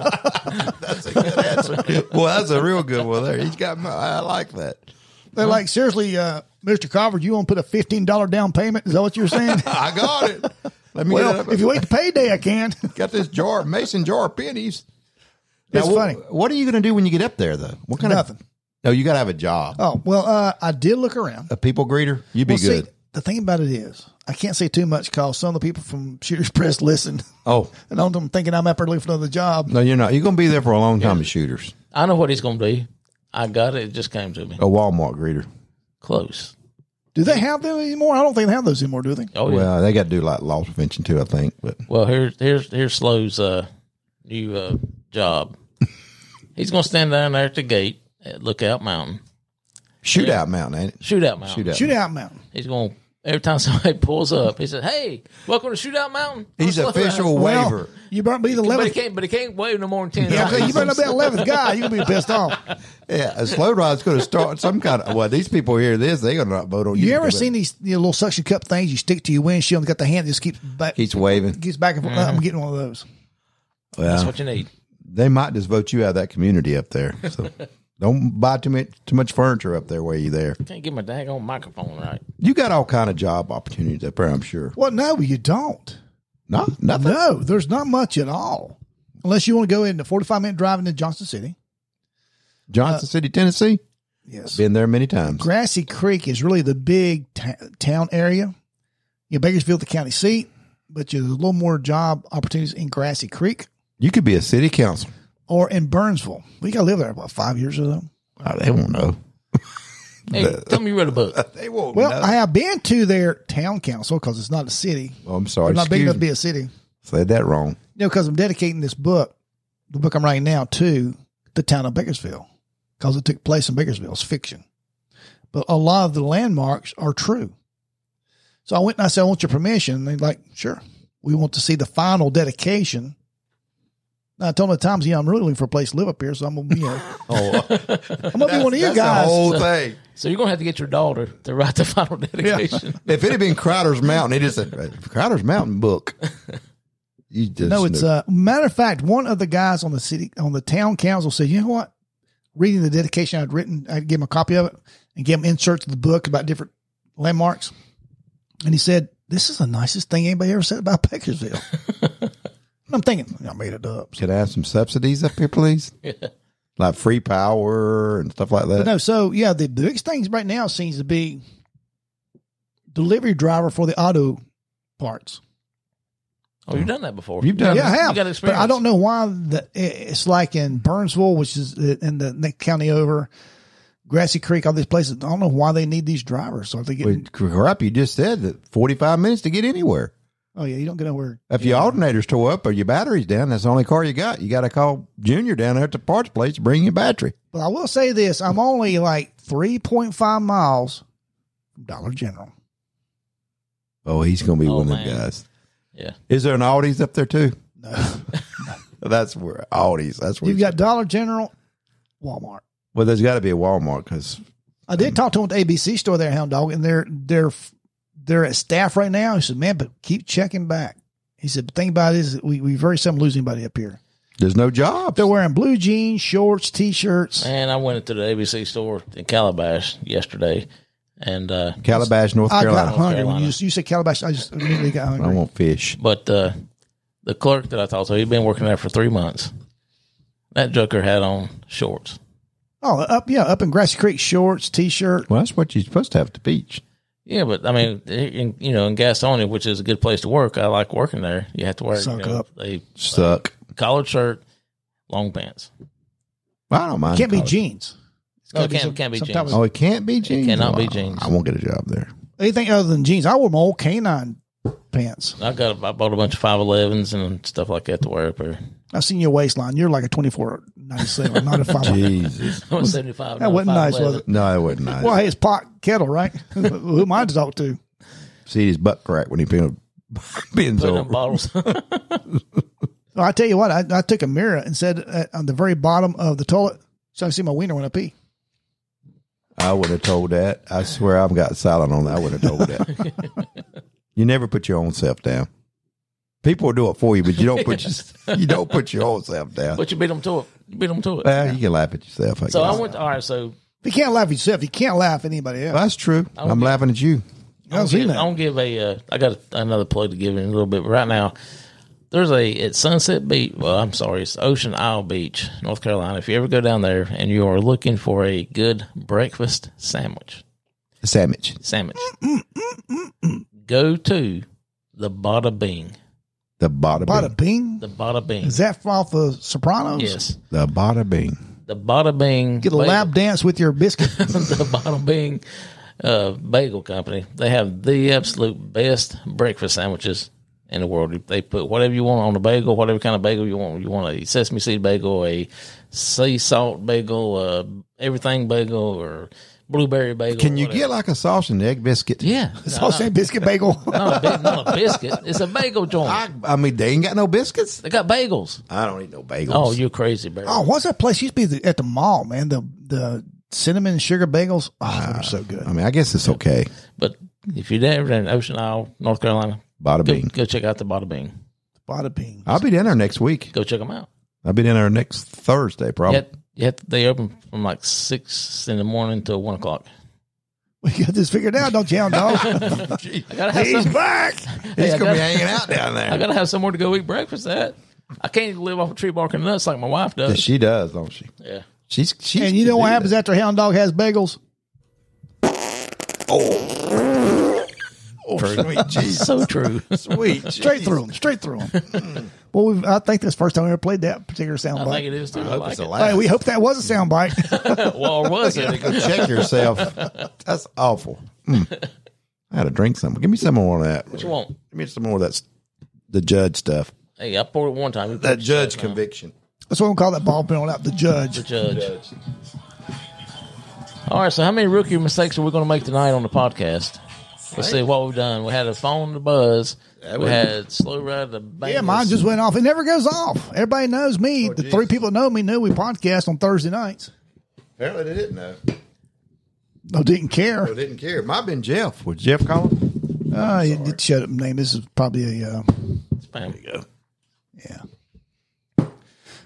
Speaker 3: well, that's a real good one there. He's got my, I like that.
Speaker 2: They're like, seriously, uh, Mr. Crawford, you want to put a fifteen dollar down payment? Is that what you're
Speaker 3: <laughs>
Speaker 2: saying?
Speaker 3: I got it. Let me
Speaker 2: well, if you wait to payday, I can.
Speaker 3: got this jar, mason jar of pennies.
Speaker 2: It's
Speaker 3: wh-
Speaker 2: funny.
Speaker 3: What are you going to do when you get up there, though? What kind
Speaker 2: Nothing.
Speaker 3: of No, you got to have a job.
Speaker 2: Oh well, uh, I did look around.
Speaker 3: A people greeter. You'd be
Speaker 2: Well,
Speaker 3: good.
Speaker 2: see, the thing about it is, I can't say too much because some of the people from Shooters <laughs> Press listen,
Speaker 3: oh
Speaker 2: and I'm them thinking I'm up early for another job.
Speaker 3: no, you're not. You're going to be there for a long time as shooters.
Speaker 1: I know what he's going to be. I got it. It just came to me.
Speaker 3: A Walmart greeter.
Speaker 1: Close.
Speaker 2: Do they have them anymore? I don't think they have those anymore, do they?
Speaker 1: Oh yeah. Well,
Speaker 3: Well, they got to do like loss prevention too, I think. But
Speaker 1: here's here's here's Slow's uh, new uh, job. he's going to stand down there at the gate at Lookout Mountain.
Speaker 3: shootout mountain, ain't it?
Speaker 1: Shootout Mountain.
Speaker 3: Shootout.
Speaker 2: Shootout Mountain.
Speaker 1: He's going to every time <laughs> somebody pulls up, he says, "Hey, welcome to Shootout Mountain." <laughs>
Speaker 3: He's
Speaker 1: Slow down.
Speaker 3: official
Speaker 2: Well,
Speaker 3: waiver.
Speaker 2: you better be the
Speaker 1: But he
Speaker 2: eleventh.
Speaker 1: can't. But he can't wave no more than ten.
Speaker 2: Yeah,
Speaker 1: times.
Speaker 2: you better not be the eleventh guy. You're gonna be pissed off.
Speaker 3: Yeah, a slow ride's going to start some kind of. Well, these people hear this, they're going to not vote on <laughs> you.
Speaker 2: You ever seen these you know, little suction cup things you stick to your windshield and got the hand that just keeps back
Speaker 3: Keeps waving.
Speaker 2: keeps back and forth?
Speaker 3: Mm-hmm.
Speaker 2: I'm getting one of those.
Speaker 1: That's
Speaker 3: Well,
Speaker 1: what you need.
Speaker 3: they might just vote you out of that community up there.
Speaker 1: <laughs>
Speaker 3: So don't buy too much too much furniture up there while you there.
Speaker 1: Can't get my daggone microphone right.
Speaker 3: You got all kind of job opportunities up there, I'm sure.
Speaker 2: Well, no, you don't.
Speaker 3: No, nothing.
Speaker 2: No, there's not much at all. Unless you want to go into 45 minute drive into Johnson City.
Speaker 3: Johnson City, Tennessee.
Speaker 2: Yes.
Speaker 3: Been there many times.
Speaker 2: Grassy Creek is really the big ta town area. You know, Bakersfield, the county seat, but there's a little more job opportunities in Grassy Creek
Speaker 3: You could be a city council.
Speaker 2: or in Burnsville. We got to live there about five years or so.
Speaker 3: Oh, they won't know.
Speaker 1: Hey, tell me you read a book.
Speaker 3: They won't
Speaker 2: Well,
Speaker 3: know.
Speaker 2: I have been to their town council because it's not a city.
Speaker 3: oh, I'm
Speaker 2: They're
Speaker 3: sorry.
Speaker 2: not big enough
Speaker 3: Excuse
Speaker 2: to
Speaker 3: me.
Speaker 2: be a city.
Speaker 3: Said that wrong.
Speaker 2: you know, because I'm dedicating this book, the book I'm writing now, to the town of Bakersfield, because it took place in Bakersfield. It's fiction, but a lot of the landmarks are true. So I went and I said, "I want your permission." And they're like, "Sure, we want to see the final dedication." And I told them at times, "Yeah, I'm really looking for a place to live up here, so I'm gonna be, you know, <laughs>
Speaker 3: Oh,
Speaker 2: I'm gonna be one of you
Speaker 3: <laughs> that's the
Speaker 2: guys."
Speaker 3: whole thing.
Speaker 1: <laughs> So you're gonna have to get your daughter to write the <laughs> final <laughs> dedication.
Speaker 3: <laughs> If it had been Crowder's Mountain, it is a Crowder's Mountain book. You just
Speaker 2: no, it's uh,
Speaker 3: knew.
Speaker 2: a matter of fact. One of the guys on the city on the town council said, "You know what? Reading the dedication I'd written, I'd give him a copy of it and give him inserts of the book about different landmarks." And he said, "This is the nicest thing anybody ever said about <laughs> Bakersville." And I'm thinking, I made it up.
Speaker 3: Can I have some subsidies up here, please? Like free power and stuff like that.
Speaker 2: But no, so yeah, the, the biggest things right now seems to be delivery driver for the auto parts.
Speaker 1: Oh, you've done that before.
Speaker 3: You've done
Speaker 2: Yeah, I
Speaker 3: it.
Speaker 2: have.
Speaker 1: You got
Speaker 2: but
Speaker 1: experience.
Speaker 2: I don't know why the, it's like in Burnsville, which is in the next county over. Grassy Creek, all these places. I don't know why they need these drivers. So if they get,
Speaker 3: Well, crap, you just said that 45 minutes to get anywhere.
Speaker 2: oh yeah, you don't get nowhere.
Speaker 3: If your alternator's tore up or your battery's down, that's the only car you got. You got to call Junior down there at the parts place to bring your battery.
Speaker 2: But I will say this: I'm only like 3.5 miles from Dollar General.
Speaker 3: Oh, he's going to be
Speaker 1: Oh,
Speaker 3: one of
Speaker 1: man.
Speaker 3: them guys.
Speaker 1: Yeah.
Speaker 3: Is there an Aldi's up there too?
Speaker 2: No,
Speaker 3: That's where Aldi's. That's
Speaker 2: <laughs>
Speaker 3: where
Speaker 2: you've got Dollar General, Walmart.
Speaker 3: Well, there's got to be a Walmart because
Speaker 2: I did talk to him at the ABC store there, in Hound Dog, and they're they're they're at staff right now. He said, "Man, but keep checking back." He said, "The thing about it is, we we very seldom lose anybody up here.
Speaker 3: there's no jobs.
Speaker 2: They're wearing blue jeans, shorts, t-shirts.
Speaker 1: And I went into the ABC store in Calabash yesterday, and uh,
Speaker 3: Calabash, North
Speaker 2: I
Speaker 3: Carolina.
Speaker 2: got hungry when
Speaker 1: Carolina.
Speaker 2: you, you said Calabash. I just immediately got
Speaker 3: I
Speaker 2: hungry.
Speaker 3: want fish.
Speaker 1: but uh, the clerk that I talked to, he'd been working there for three months. That joker had on shorts.
Speaker 2: Oh, up yeah, up in Grassy Creek, shorts, t-shirt.
Speaker 3: Well, that's what you're supposed to have at the beach.
Speaker 1: Yeah, but I mean, in, you know, in Gastonia, which is a good place to work, I like working there. You have to wear
Speaker 2: Suck
Speaker 1: you know,
Speaker 2: up.
Speaker 1: a
Speaker 3: Suck.
Speaker 1: collared shirt, long pants.
Speaker 3: I don't mind.
Speaker 2: Can't be
Speaker 3: college.
Speaker 2: jeans. It's
Speaker 1: No,
Speaker 2: gotta
Speaker 1: it can't-
Speaker 2: some-
Speaker 1: can't be
Speaker 2: some
Speaker 1: jeans.
Speaker 2: type of-
Speaker 3: Oh, it can't be jeans.
Speaker 1: cannot
Speaker 3: Oh,
Speaker 1: be
Speaker 3: I-
Speaker 1: jeans.
Speaker 3: I won't get a job there.
Speaker 2: anything other than jeans. I wore my old canine pants.
Speaker 1: I got, I bought a bunch of five elevens and stuff like that to wear up <laughs> there.
Speaker 2: I've seen your waistline. You're like a 24, 97, not a five.
Speaker 3: Jesus.
Speaker 1: I was seventy five.
Speaker 2: That wasn't nice, was it?
Speaker 3: <laughs> No, it wasn't nice.
Speaker 2: Well, hey, it's pot kettle, right? <laughs> who, who am I to talk to?
Speaker 3: See his butt crack when he <laughs> peeled bends
Speaker 1: Putting up
Speaker 3: over.
Speaker 1: bottles. <laughs>
Speaker 2: Well, I tell you what, I, I took a mirror and said uh, on the very bottom of the toilet, so I can see my wiener when I pee.
Speaker 3: I would have told that. I swear I've got silent on that. I would have told that. you never put your own self down. People will do it for you, but you don't put your, you don't put your own self down.
Speaker 1: but you beat them to it. You beat them to it.
Speaker 3: Well, you can laugh at yourself. I
Speaker 1: so
Speaker 3: guess.
Speaker 1: I went. All right. So
Speaker 2: If you can't laugh at yourself, you can't laugh at anybody else.
Speaker 3: That's true. I'm laughing at you.
Speaker 2: I don't
Speaker 1: I'll
Speaker 2: see
Speaker 1: give-
Speaker 2: that.
Speaker 1: I'll give a. Uh, I got another plug to give in a little bit but right now. There's a at Sunset Beach. Well, I'm sorry, it's Ocean Isle Beach, North Carolina. If you ever go down there and you are looking for a good breakfast sandwich,
Speaker 3: Sandwich.
Speaker 1: sandwich, go to the Bada Bing.
Speaker 3: The bada
Speaker 2: Bada bing.
Speaker 3: bing.
Speaker 1: The Bada Bing.
Speaker 2: Is that off of Sopranos?
Speaker 1: Yes,
Speaker 3: The bada bing.
Speaker 1: the Bada Bing.
Speaker 2: Get a
Speaker 1: bagel-
Speaker 2: lap dance with your biscuit. <laughs>
Speaker 1: the Bada Bing uh, Bagel Company. They have the absolute best breakfast sandwiches in the world. They put whatever you want on the bagel, whatever kind of bagel you want. You want a sesame seed bagel, a sea salt bagel, uh, everything bagel, or blueberry bagel.
Speaker 3: Can you
Speaker 1: whatever.
Speaker 3: get like a sausage and egg biscuit? <laughs>
Speaker 1: Yeah,
Speaker 2: Sausage and
Speaker 1: <laughs>
Speaker 2: biscuit bagel.
Speaker 1: not a, bi- not a biscuit. It's a bagel joint.
Speaker 3: I, I mean, they ain't got no biscuits.
Speaker 1: they got bagels.
Speaker 3: I don't eat no bagels.
Speaker 1: Oh, you're crazy, Barry.
Speaker 2: Oh, what's that place? Used to be the, at the mall, man. The the cinnamon and sugar bagels. Oh, they're so good.
Speaker 1: Ah.
Speaker 3: I mean, I guess it's okay.
Speaker 1: But if you're there in Ocean Isle, North Carolina,
Speaker 3: Bada
Speaker 1: go,
Speaker 3: bing.
Speaker 1: go check out the Bada Bing.
Speaker 2: Bada bing.
Speaker 3: I'll be down there next week.
Speaker 1: Go check them out.
Speaker 3: I'll be down there next Thursday, probably.
Speaker 1: Yet, yet they open from like six in the morning till one o'clock.
Speaker 2: We got this figured out, don't <laughs> you,
Speaker 1: <laughs>
Speaker 2: hound dog?
Speaker 1: I gotta have some,
Speaker 3: back.
Speaker 1: Hey,
Speaker 3: He's
Speaker 1: I
Speaker 3: gonna be
Speaker 1: got-
Speaker 3: hanging out down
Speaker 1: I
Speaker 3: there.
Speaker 1: gotta have somewhere to go eat breakfast at. I can't live off of tree bark and nuts like my wife does.
Speaker 3: She does, don't she?
Speaker 1: yeah.
Speaker 3: She's she's.
Speaker 2: and you know what happens after hound dog has bagels?
Speaker 3: Oh, sweet Jesus,
Speaker 1: <laughs> So true.
Speaker 3: sweet.
Speaker 1: <laughs>
Speaker 2: Straight through them. Straight through them. well, we've, I think that's the first time we ever played that particular
Speaker 1: Hmm. I
Speaker 2: sound
Speaker 1: think it Hmm.
Speaker 2: bite.
Speaker 1: is too. I
Speaker 3: Hope
Speaker 1: like
Speaker 3: it's
Speaker 1: it.
Speaker 3: the
Speaker 2: Hey,
Speaker 3: last.
Speaker 2: we hope that was a sound bite.
Speaker 1: <laughs> Well, or was it?
Speaker 3: Check yourself. That's awful. Mm.
Speaker 1: <laughs>
Speaker 3: I had to drink something. Give me some more of that.
Speaker 1: What you want?
Speaker 3: Give me some more of that. s- The judge stuff.
Speaker 1: Hey, I poured it one time. You
Speaker 3: That
Speaker 1: poured it
Speaker 3: judge
Speaker 1: twice now.
Speaker 3: conviction.
Speaker 2: that's what we call that ball pin out. The judge.
Speaker 1: The judge. All right. So, how many rookie mistakes are we going to make tonight on the podcast? Let's see what we've done. We had a phone to buzz. We
Speaker 3: would-
Speaker 1: had slow ride to bang.
Speaker 2: Yeah, mine just went off. It never goes off. Everybody knows me.
Speaker 1: Oh,
Speaker 2: the three people that know me knew we podcast on Thursday nights.
Speaker 3: Apparently they didn't know.
Speaker 2: No, didn't care.
Speaker 3: They didn't care. Might have been Jeff. Was Jeff calling?
Speaker 2: Uh, it, it shut up, name. This is probably a. Uh,
Speaker 1: Bam.
Speaker 2: Yeah.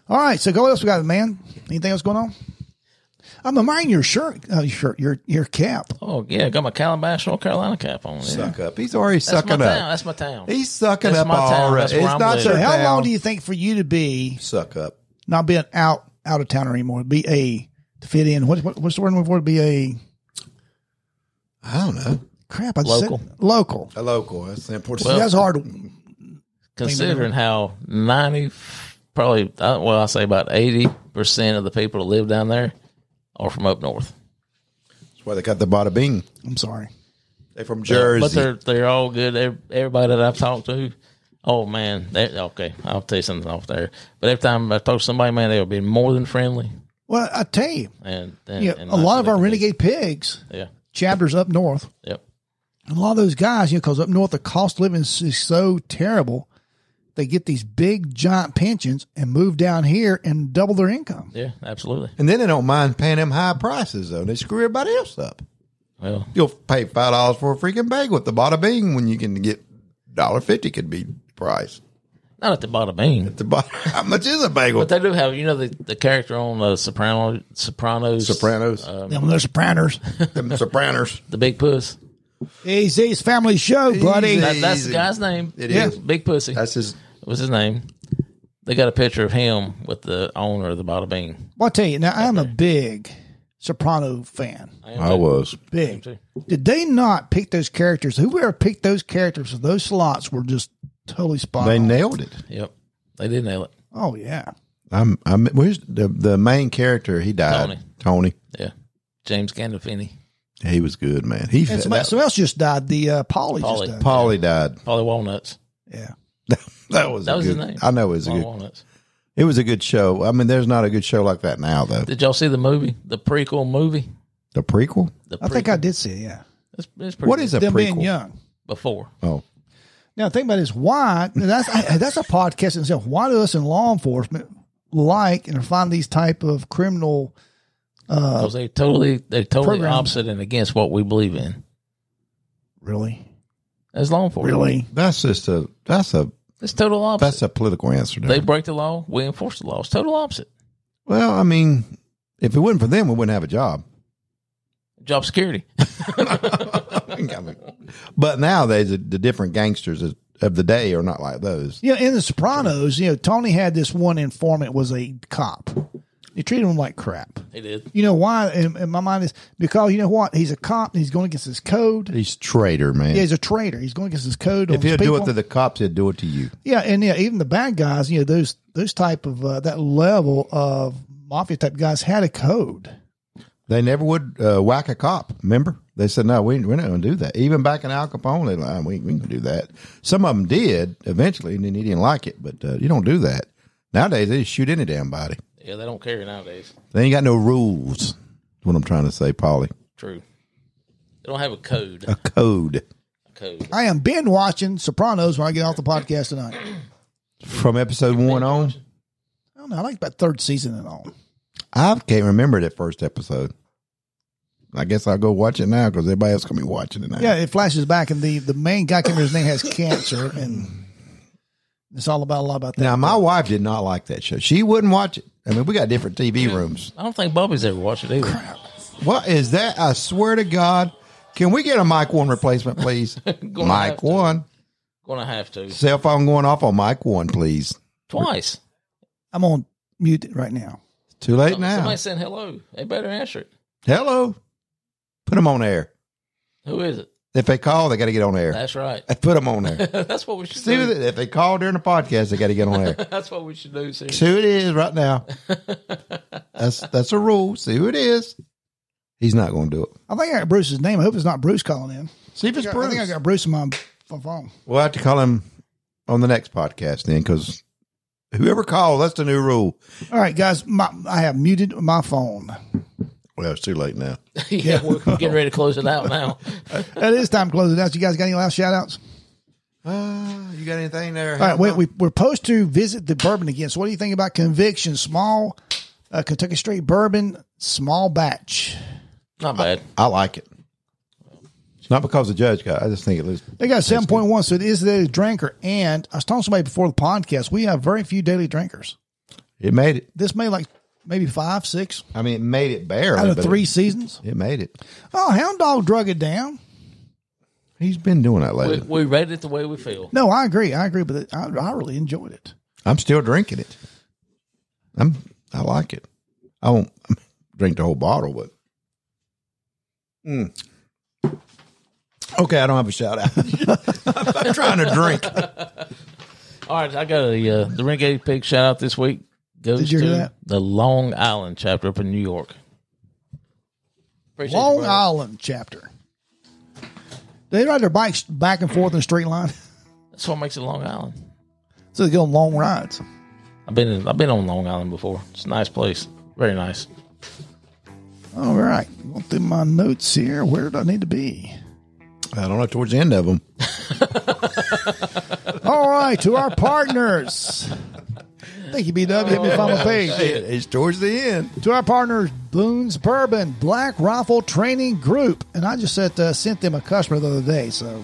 Speaker 2: All right. So, go. What else we got, man? Anything else going on? I'm admiring your shirt, uh, your shirt, your your cap.
Speaker 1: Oh yeah, got my Calabash, North Carolina cap on. Yeah.
Speaker 3: Suck up. He's already
Speaker 1: That's my
Speaker 3: sucking
Speaker 1: town.
Speaker 3: up.
Speaker 1: That's my town.
Speaker 3: He's sucking
Speaker 1: That's
Speaker 3: up
Speaker 1: my town.
Speaker 3: already.
Speaker 1: That's where
Speaker 3: It's
Speaker 1: I'm
Speaker 3: not
Speaker 1: living.
Speaker 3: your
Speaker 2: How
Speaker 3: town.
Speaker 2: long do you think for you to be
Speaker 3: suck up?
Speaker 2: not being out out of towner anymore? Be a to fit in. What, what what's the word I'm looking for? To be a
Speaker 3: I don't know.
Speaker 2: crap. I just said-
Speaker 1: Local.
Speaker 2: local.
Speaker 3: A local. That's important.
Speaker 1: Well-
Speaker 2: That's hard.
Speaker 1: considering how 90 probably uh, well i say about 80% of the people that live down there are from up north
Speaker 3: why they got the bada bing.
Speaker 2: I'm sorry.
Speaker 3: They from
Speaker 1: But
Speaker 3: Jersey.
Speaker 1: they're they're all good. Ev- Everybody that I've talked to, oh man, they, okay, I'll tell you something off there. But every time I talk to somebody, man, they'll be more than friendly.
Speaker 2: Well, I tell you,
Speaker 1: And, and,
Speaker 2: you know,
Speaker 1: and
Speaker 2: a lot of our
Speaker 1: nice to
Speaker 2: renegade pigs
Speaker 1: meet. yeah,
Speaker 2: chapters up north.
Speaker 1: yep,
Speaker 2: And a lot of those guys, you know, because up north the cost of living is, is so terrible, they get these big giant pensions and move down here and double their income.
Speaker 1: yeah, absolutely.
Speaker 3: and then they don't mind paying them high prices though. They screw everybody else up.
Speaker 1: Well,
Speaker 3: You'll pay five dollars for a freaking bagel at the bada bing when you can get dollar fifty could be the price.
Speaker 1: not at the bottom bean.
Speaker 3: The bada, <laughs> how much is a bagel?
Speaker 1: But they do have, you know, the, the character on uh, Soprano, Sopranos,
Speaker 3: Sopranos,
Speaker 1: Uh,
Speaker 2: Them little sopranos.
Speaker 3: them Sopranos.
Speaker 1: the Big Puss.
Speaker 2: AZ's family show, buddy.
Speaker 3: Easy.
Speaker 1: That, that's the
Speaker 3: Easy.
Speaker 1: guy's name.
Speaker 3: It
Speaker 1: yeah.
Speaker 3: is.
Speaker 1: Big Pussy.
Speaker 3: That's his.
Speaker 1: What's his name? They got a picture of him with the owner of the bottle bean.
Speaker 2: Well, I tell you, now I'm a big soprano fan.
Speaker 3: I was.
Speaker 2: Big.
Speaker 1: too.
Speaker 2: Did they not pick those characters? Whoever picked those characters for those slots were just totally spot
Speaker 3: They
Speaker 2: on.
Speaker 3: nailed it.
Speaker 1: Yep. They did nail it.
Speaker 2: oh yeah.
Speaker 3: I'm. I'm. Where's the the main character? He died. Tony.
Speaker 1: Yeah. James Gandolfini.
Speaker 3: He was good, man. He.
Speaker 2: And somebody,
Speaker 3: That,
Speaker 2: somebody else just died. The uh, Polly
Speaker 1: Polly.
Speaker 2: just died.
Speaker 3: Polly died.
Speaker 1: Polly Walnuts.
Speaker 2: Yeah.
Speaker 3: That was.
Speaker 1: That
Speaker 3: a
Speaker 1: was
Speaker 3: good,
Speaker 1: his name.
Speaker 3: I know it was a
Speaker 1: Polly
Speaker 3: good.
Speaker 1: Walnuts.
Speaker 3: It was a good show. I mean, there's not a good show like that now, though.
Speaker 1: Did y'all see the movie? The prequel movie?
Speaker 3: The prequel.
Speaker 1: The
Speaker 2: I think I did see it, yeah.
Speaker 1: It's, it's pretty
Speaker 3: What is a
Speaker 2: Them being
Speaker 3: prequel?
Speaker 2: young.
Speaker 1: Before.
Speaker 3: Oh,
Speaker 2: Now think about this. Why that's I, that's a podcast in itself. Why do us in law enforcement like and find these type of criminal
Speaker 1: Because they totally, they totally
Speaker 2: Programs.
Speaker 1: opposite and against what we believe in
Speaker 2: really?
Speaker 1: as law enforcement.
Speaker 2: Really?
Speaker 3: that's just a. That's a.
Speaker 1: It's total opposite.
Speaker 3: That's a political answer. To
Speaker 1: They
Speaker 3: it.
Speaker 1: break the law, we enforce the law. It's total opposite.
Speaker 3: Well, I mean, if it wasn't for them, we wouldn't have a job. <laughs>
Speaker 1: Job security.
Speaker 3: but nowadays, the, the different gangsters of, of the day are not like those.
Speaker 2: Yeah, in the Sopranos, you know, Tony had this one informant was a cop. They treated him like crap.
Speaker 1: They did.
Speaker 2: You know why? In, in my mind is because you know what? He's a cop. and He's going against his code.
Speaker 3: He's traitor, man.
Speaker 2: Yeah, he's a traitor. He's going against his code.
Speaker 3: if
Speaker 2: on his
Speaker 3: he'll do it
Speaker 2: people.
Speaker 3: to the cops, he'll do it to you.
Speaker 2: Yeah, and yeah, even the bad guys, you know, those those type of uh, that level of mafia type guys had a code.
Speaker 3: They never would uh, whack a cop. Remember, they said, "No, we, we're not going to do that." Even back in Al Capone, they like, "We we can do that." Some of them did eventually, and then he didn't like it. But uh, you don't do that nowadays. They just shoot any damn body.
Speaker 1: Yeah, they don't care nowadays.
Speaker 3: They ain't got no rules. That's what I'm trying to say, Polly.
Speaker 1: True. They don't have a code.
Speaker 3: A code
Speaker 1: A code.
Speaker 2: I am been watching Sopranos when I get off the podcast tonight.
Speaker 3: from episode one on.
Speaker 2: I don't know. I like about third season and all.
Speaker 3: I can't remember that first episode. I guess I'll go watch it now because everybody else gonna be watching it now.
Speaker 2: Yeah, it flashes back, and the the main guy, I can't remember his name, has cancer, and it's all about a lot about that.
Speaker 3: Now my wife did not like that show. She wouldn't watch it. I mean, we got different TV rooms.
Speaker 1: I don't think Bobby's ever watched it either.
Speaker 3: What is that? I swear to God. Can we get a mic one replacement, please?
Speaker 1: <laughs> Gonna have
Speaker 3: mic
Speaker 1: to.
Speaker 3: one.
Speaker 1: Gonna have to.
Speaker 3: Cell phone going off on mic one, please.
Speaker 1: Twice.
Speaker 2: I'm on mute right now.
Speaker 3: Too late now.
Speaker 1: Somebody saying hello. They better answer it.
Speaker 3: Hello. Put them on air.
Speaker 1: Who is it?
Speaker 3: If they call, they got to get
Speaker 1: <laughs>
Speaker 3: on air.
Speaker 1: That's right.
Speaker 3: Put them
Speaker 1: <laughs>
Speaker 3: on air.
Speaker 1: That's what we should <laughs>
Speaker 3: See,
Speaker 1: do.
Speaker 3: if they call during the podcast, they got to get on air.
Speaker 1: <laughs> That's what we should do, sir.
Speaker 3: See who it is right now. That's that's a rule. See who it is. He's not going to do it.
Speaker 2: I think I got Bruce's name. I hope it's not Bruce calling in.
Speaker 3: See if it's
Speaker 2: I
Speaker 3: Bruce.
Speaker 2: think I got Bruce in my my phone.
Speaker 3: we'll have to call him on the next podcast then, because whoever calls, that's the new rule.
Speaker 2: All right, guys, my, I have muted my phone.
Speaker 3: Well, it's too late now.
Speaker 1: <laughs> yeah, we're getting ready to close it out
Speaker 2: <laughs>
Speaker 1: now.
Speaker 2: It is time to close it out. You guys got any last shout outs?
Speaker 3: Uh, you got anything there?
Speaker 2: All right, wait, we, we're supposed to visit the bourbon again. So, what do you think about conviction? Small uh, Kentucky Straight Bourbon, small batch.
Speaker 1: Not bad.
Speaker 3: I like it. It's not because the judge got. I just think it was.
Speaker 2: They got seven point one, so it is the drinker. And I was telling somebody before the podcast, we have very few daily drinkers.
Speaker 3: It made it.
Speaker 2: This made like maybe five, six
Speaker 3: I mean, it made it barely.
Speaker 2: out of
Speaker 3: but
Speaker 2: three
Speaker 3: It,
Speaker 2: seasons.
Speaker 3: it made it.
Speaker 2: Oh, Hound Dog drug it down.
Speaker 3: He's been doing that
Speaker 1: We,
Speaker 3: lately.
Speaker 1: we rated it the way we feel.
Speaker 2: No, I agree. I agree, but I, I really enjoyed it.
Speaker 3: I'm still drinking it. I'm. I like it. I won't <laughs> drink the whole bottle, but. Mm. Okay, I don't have a shout out. <laughs> I'm trying to drink.
Speaker 1: All right, I got a uh, the Renegade Pig shout out this week goes
Speaker 2: Did you
Speaker 1: to
Speaker 2: hear that?
Speaker 1: the Long Island chapter up in New York. Appreciate you,
Speaker 2: Long
Speaker 1: brother.
Speaker 2: Island chapter. They ride their bikes back and forth in a straight line. <laughs>
Speaker 1: That's what makes it Long Island.
Speaker 2: So they go on long rides.
Speaker 1: I've been in, I've been on Long Island before. It's a nice place. Very nice.
Speaker 2: All right. Going through my notes here. Where do I need to be?
Speaker 3: I don't know. Towards the end of them,
Speaker 2: All right. To our partners. Thank you, BW. Hit me if I'm
Speaker 1: Oh,
Speaker 2: a page.
Speaker 3: it's towards the end.
Speaker 2: to our partners Boone's Bourbon Black Rifle Training Group, and I just sent, uh, sent them a customer the other day, so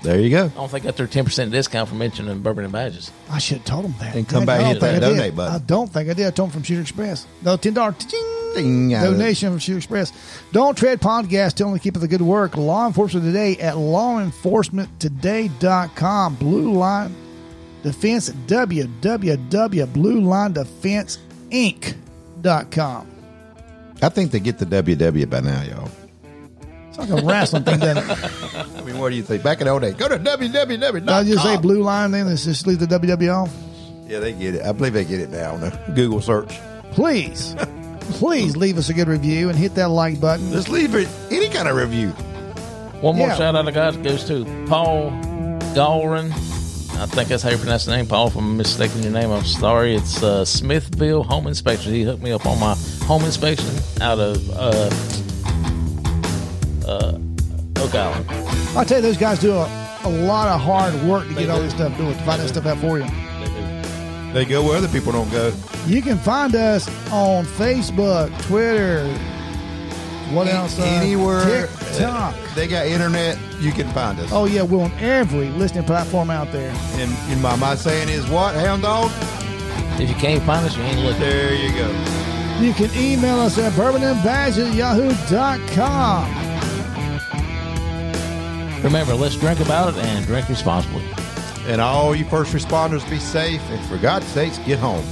Speaker 3: There you go.
Speaker 1: I don't think I got their ten percent discount for mentioning bourbon and badges.
Speaker 2: I should have told them that.
Speaker 3: And come
Speaker 2: Heck,
Speaker 3: back
Speaker 2: I
Speaker 3: and hit
Speaker 2: don't think
Speaker 3: that
Speaker 2: I did.
Speaker 3: donate button.
Speaker 2: I don't think I did. I told them from Shooter Express. No ten dollar
Speaker 3: Ding, out of it.
Speaker 2: donation from Shooter Express. Don't tread pond gas. Tell them to keep up the good work. Law enforcement today at lawenforcementtoday.com. Blue Line Defense www.bluelinedefenseinc.com.
Speaker 3: I think they get the WW by now, y'all.
Speaker 2: It's like a wrestling thing, doesn't it?
Speaker 3: I mean, what do you think? Back in the old days, go to WWW.
Speaker 2: I'll just say blue line then. Let's just leave the WW off.
Speaker 3: Yeah, they get it. I believe they get it now on the Google search.
Speaker 2: Please, please leave us a good review and hit that like button.
Speaker 3: Just leave it any kind of review.
Speaker 1: One more
Speaker 2: Yeah.
Speaker 1: shout out I got goes to Paul Galrin. I think that's how you pronounce the name, Paul. If I'm mistaking your name, I'm sorry. It's uh, Smithville Home Inspection. He hooked me up on my home inspection out of uh, uh, Oak Island.
Speaker 2: I tell you, those guys do a, a lot of hard work to get all this stuff doing, to find that stuff out for you.
Speaker 3: They go where other people don't go.
Speaker 2: You can find us on Facebook, Twitter, what else? Uh,
Speaker 3: Anywhere.
Speaker 2: TikTok.
Speaker 3: They got internet. You can find us.
Speaker 2: Oh, yeah, we're on every listening platform out there.
Speaker 3: And, and my, my saying is what, hound dog?
Speaker 1: If you can't find us, you ain't looking.
Speaker 3: There you go.
Speaker 2: You can email us at bourbonandbadges at yahoo.com.
Speaker 1: Remember, let's drink about it and drink responsibly.
Speaker 3: And all you first responders, be safe. And for God's sakes, get home.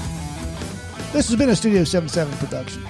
Speaker 2: This has been a Studio 77 production.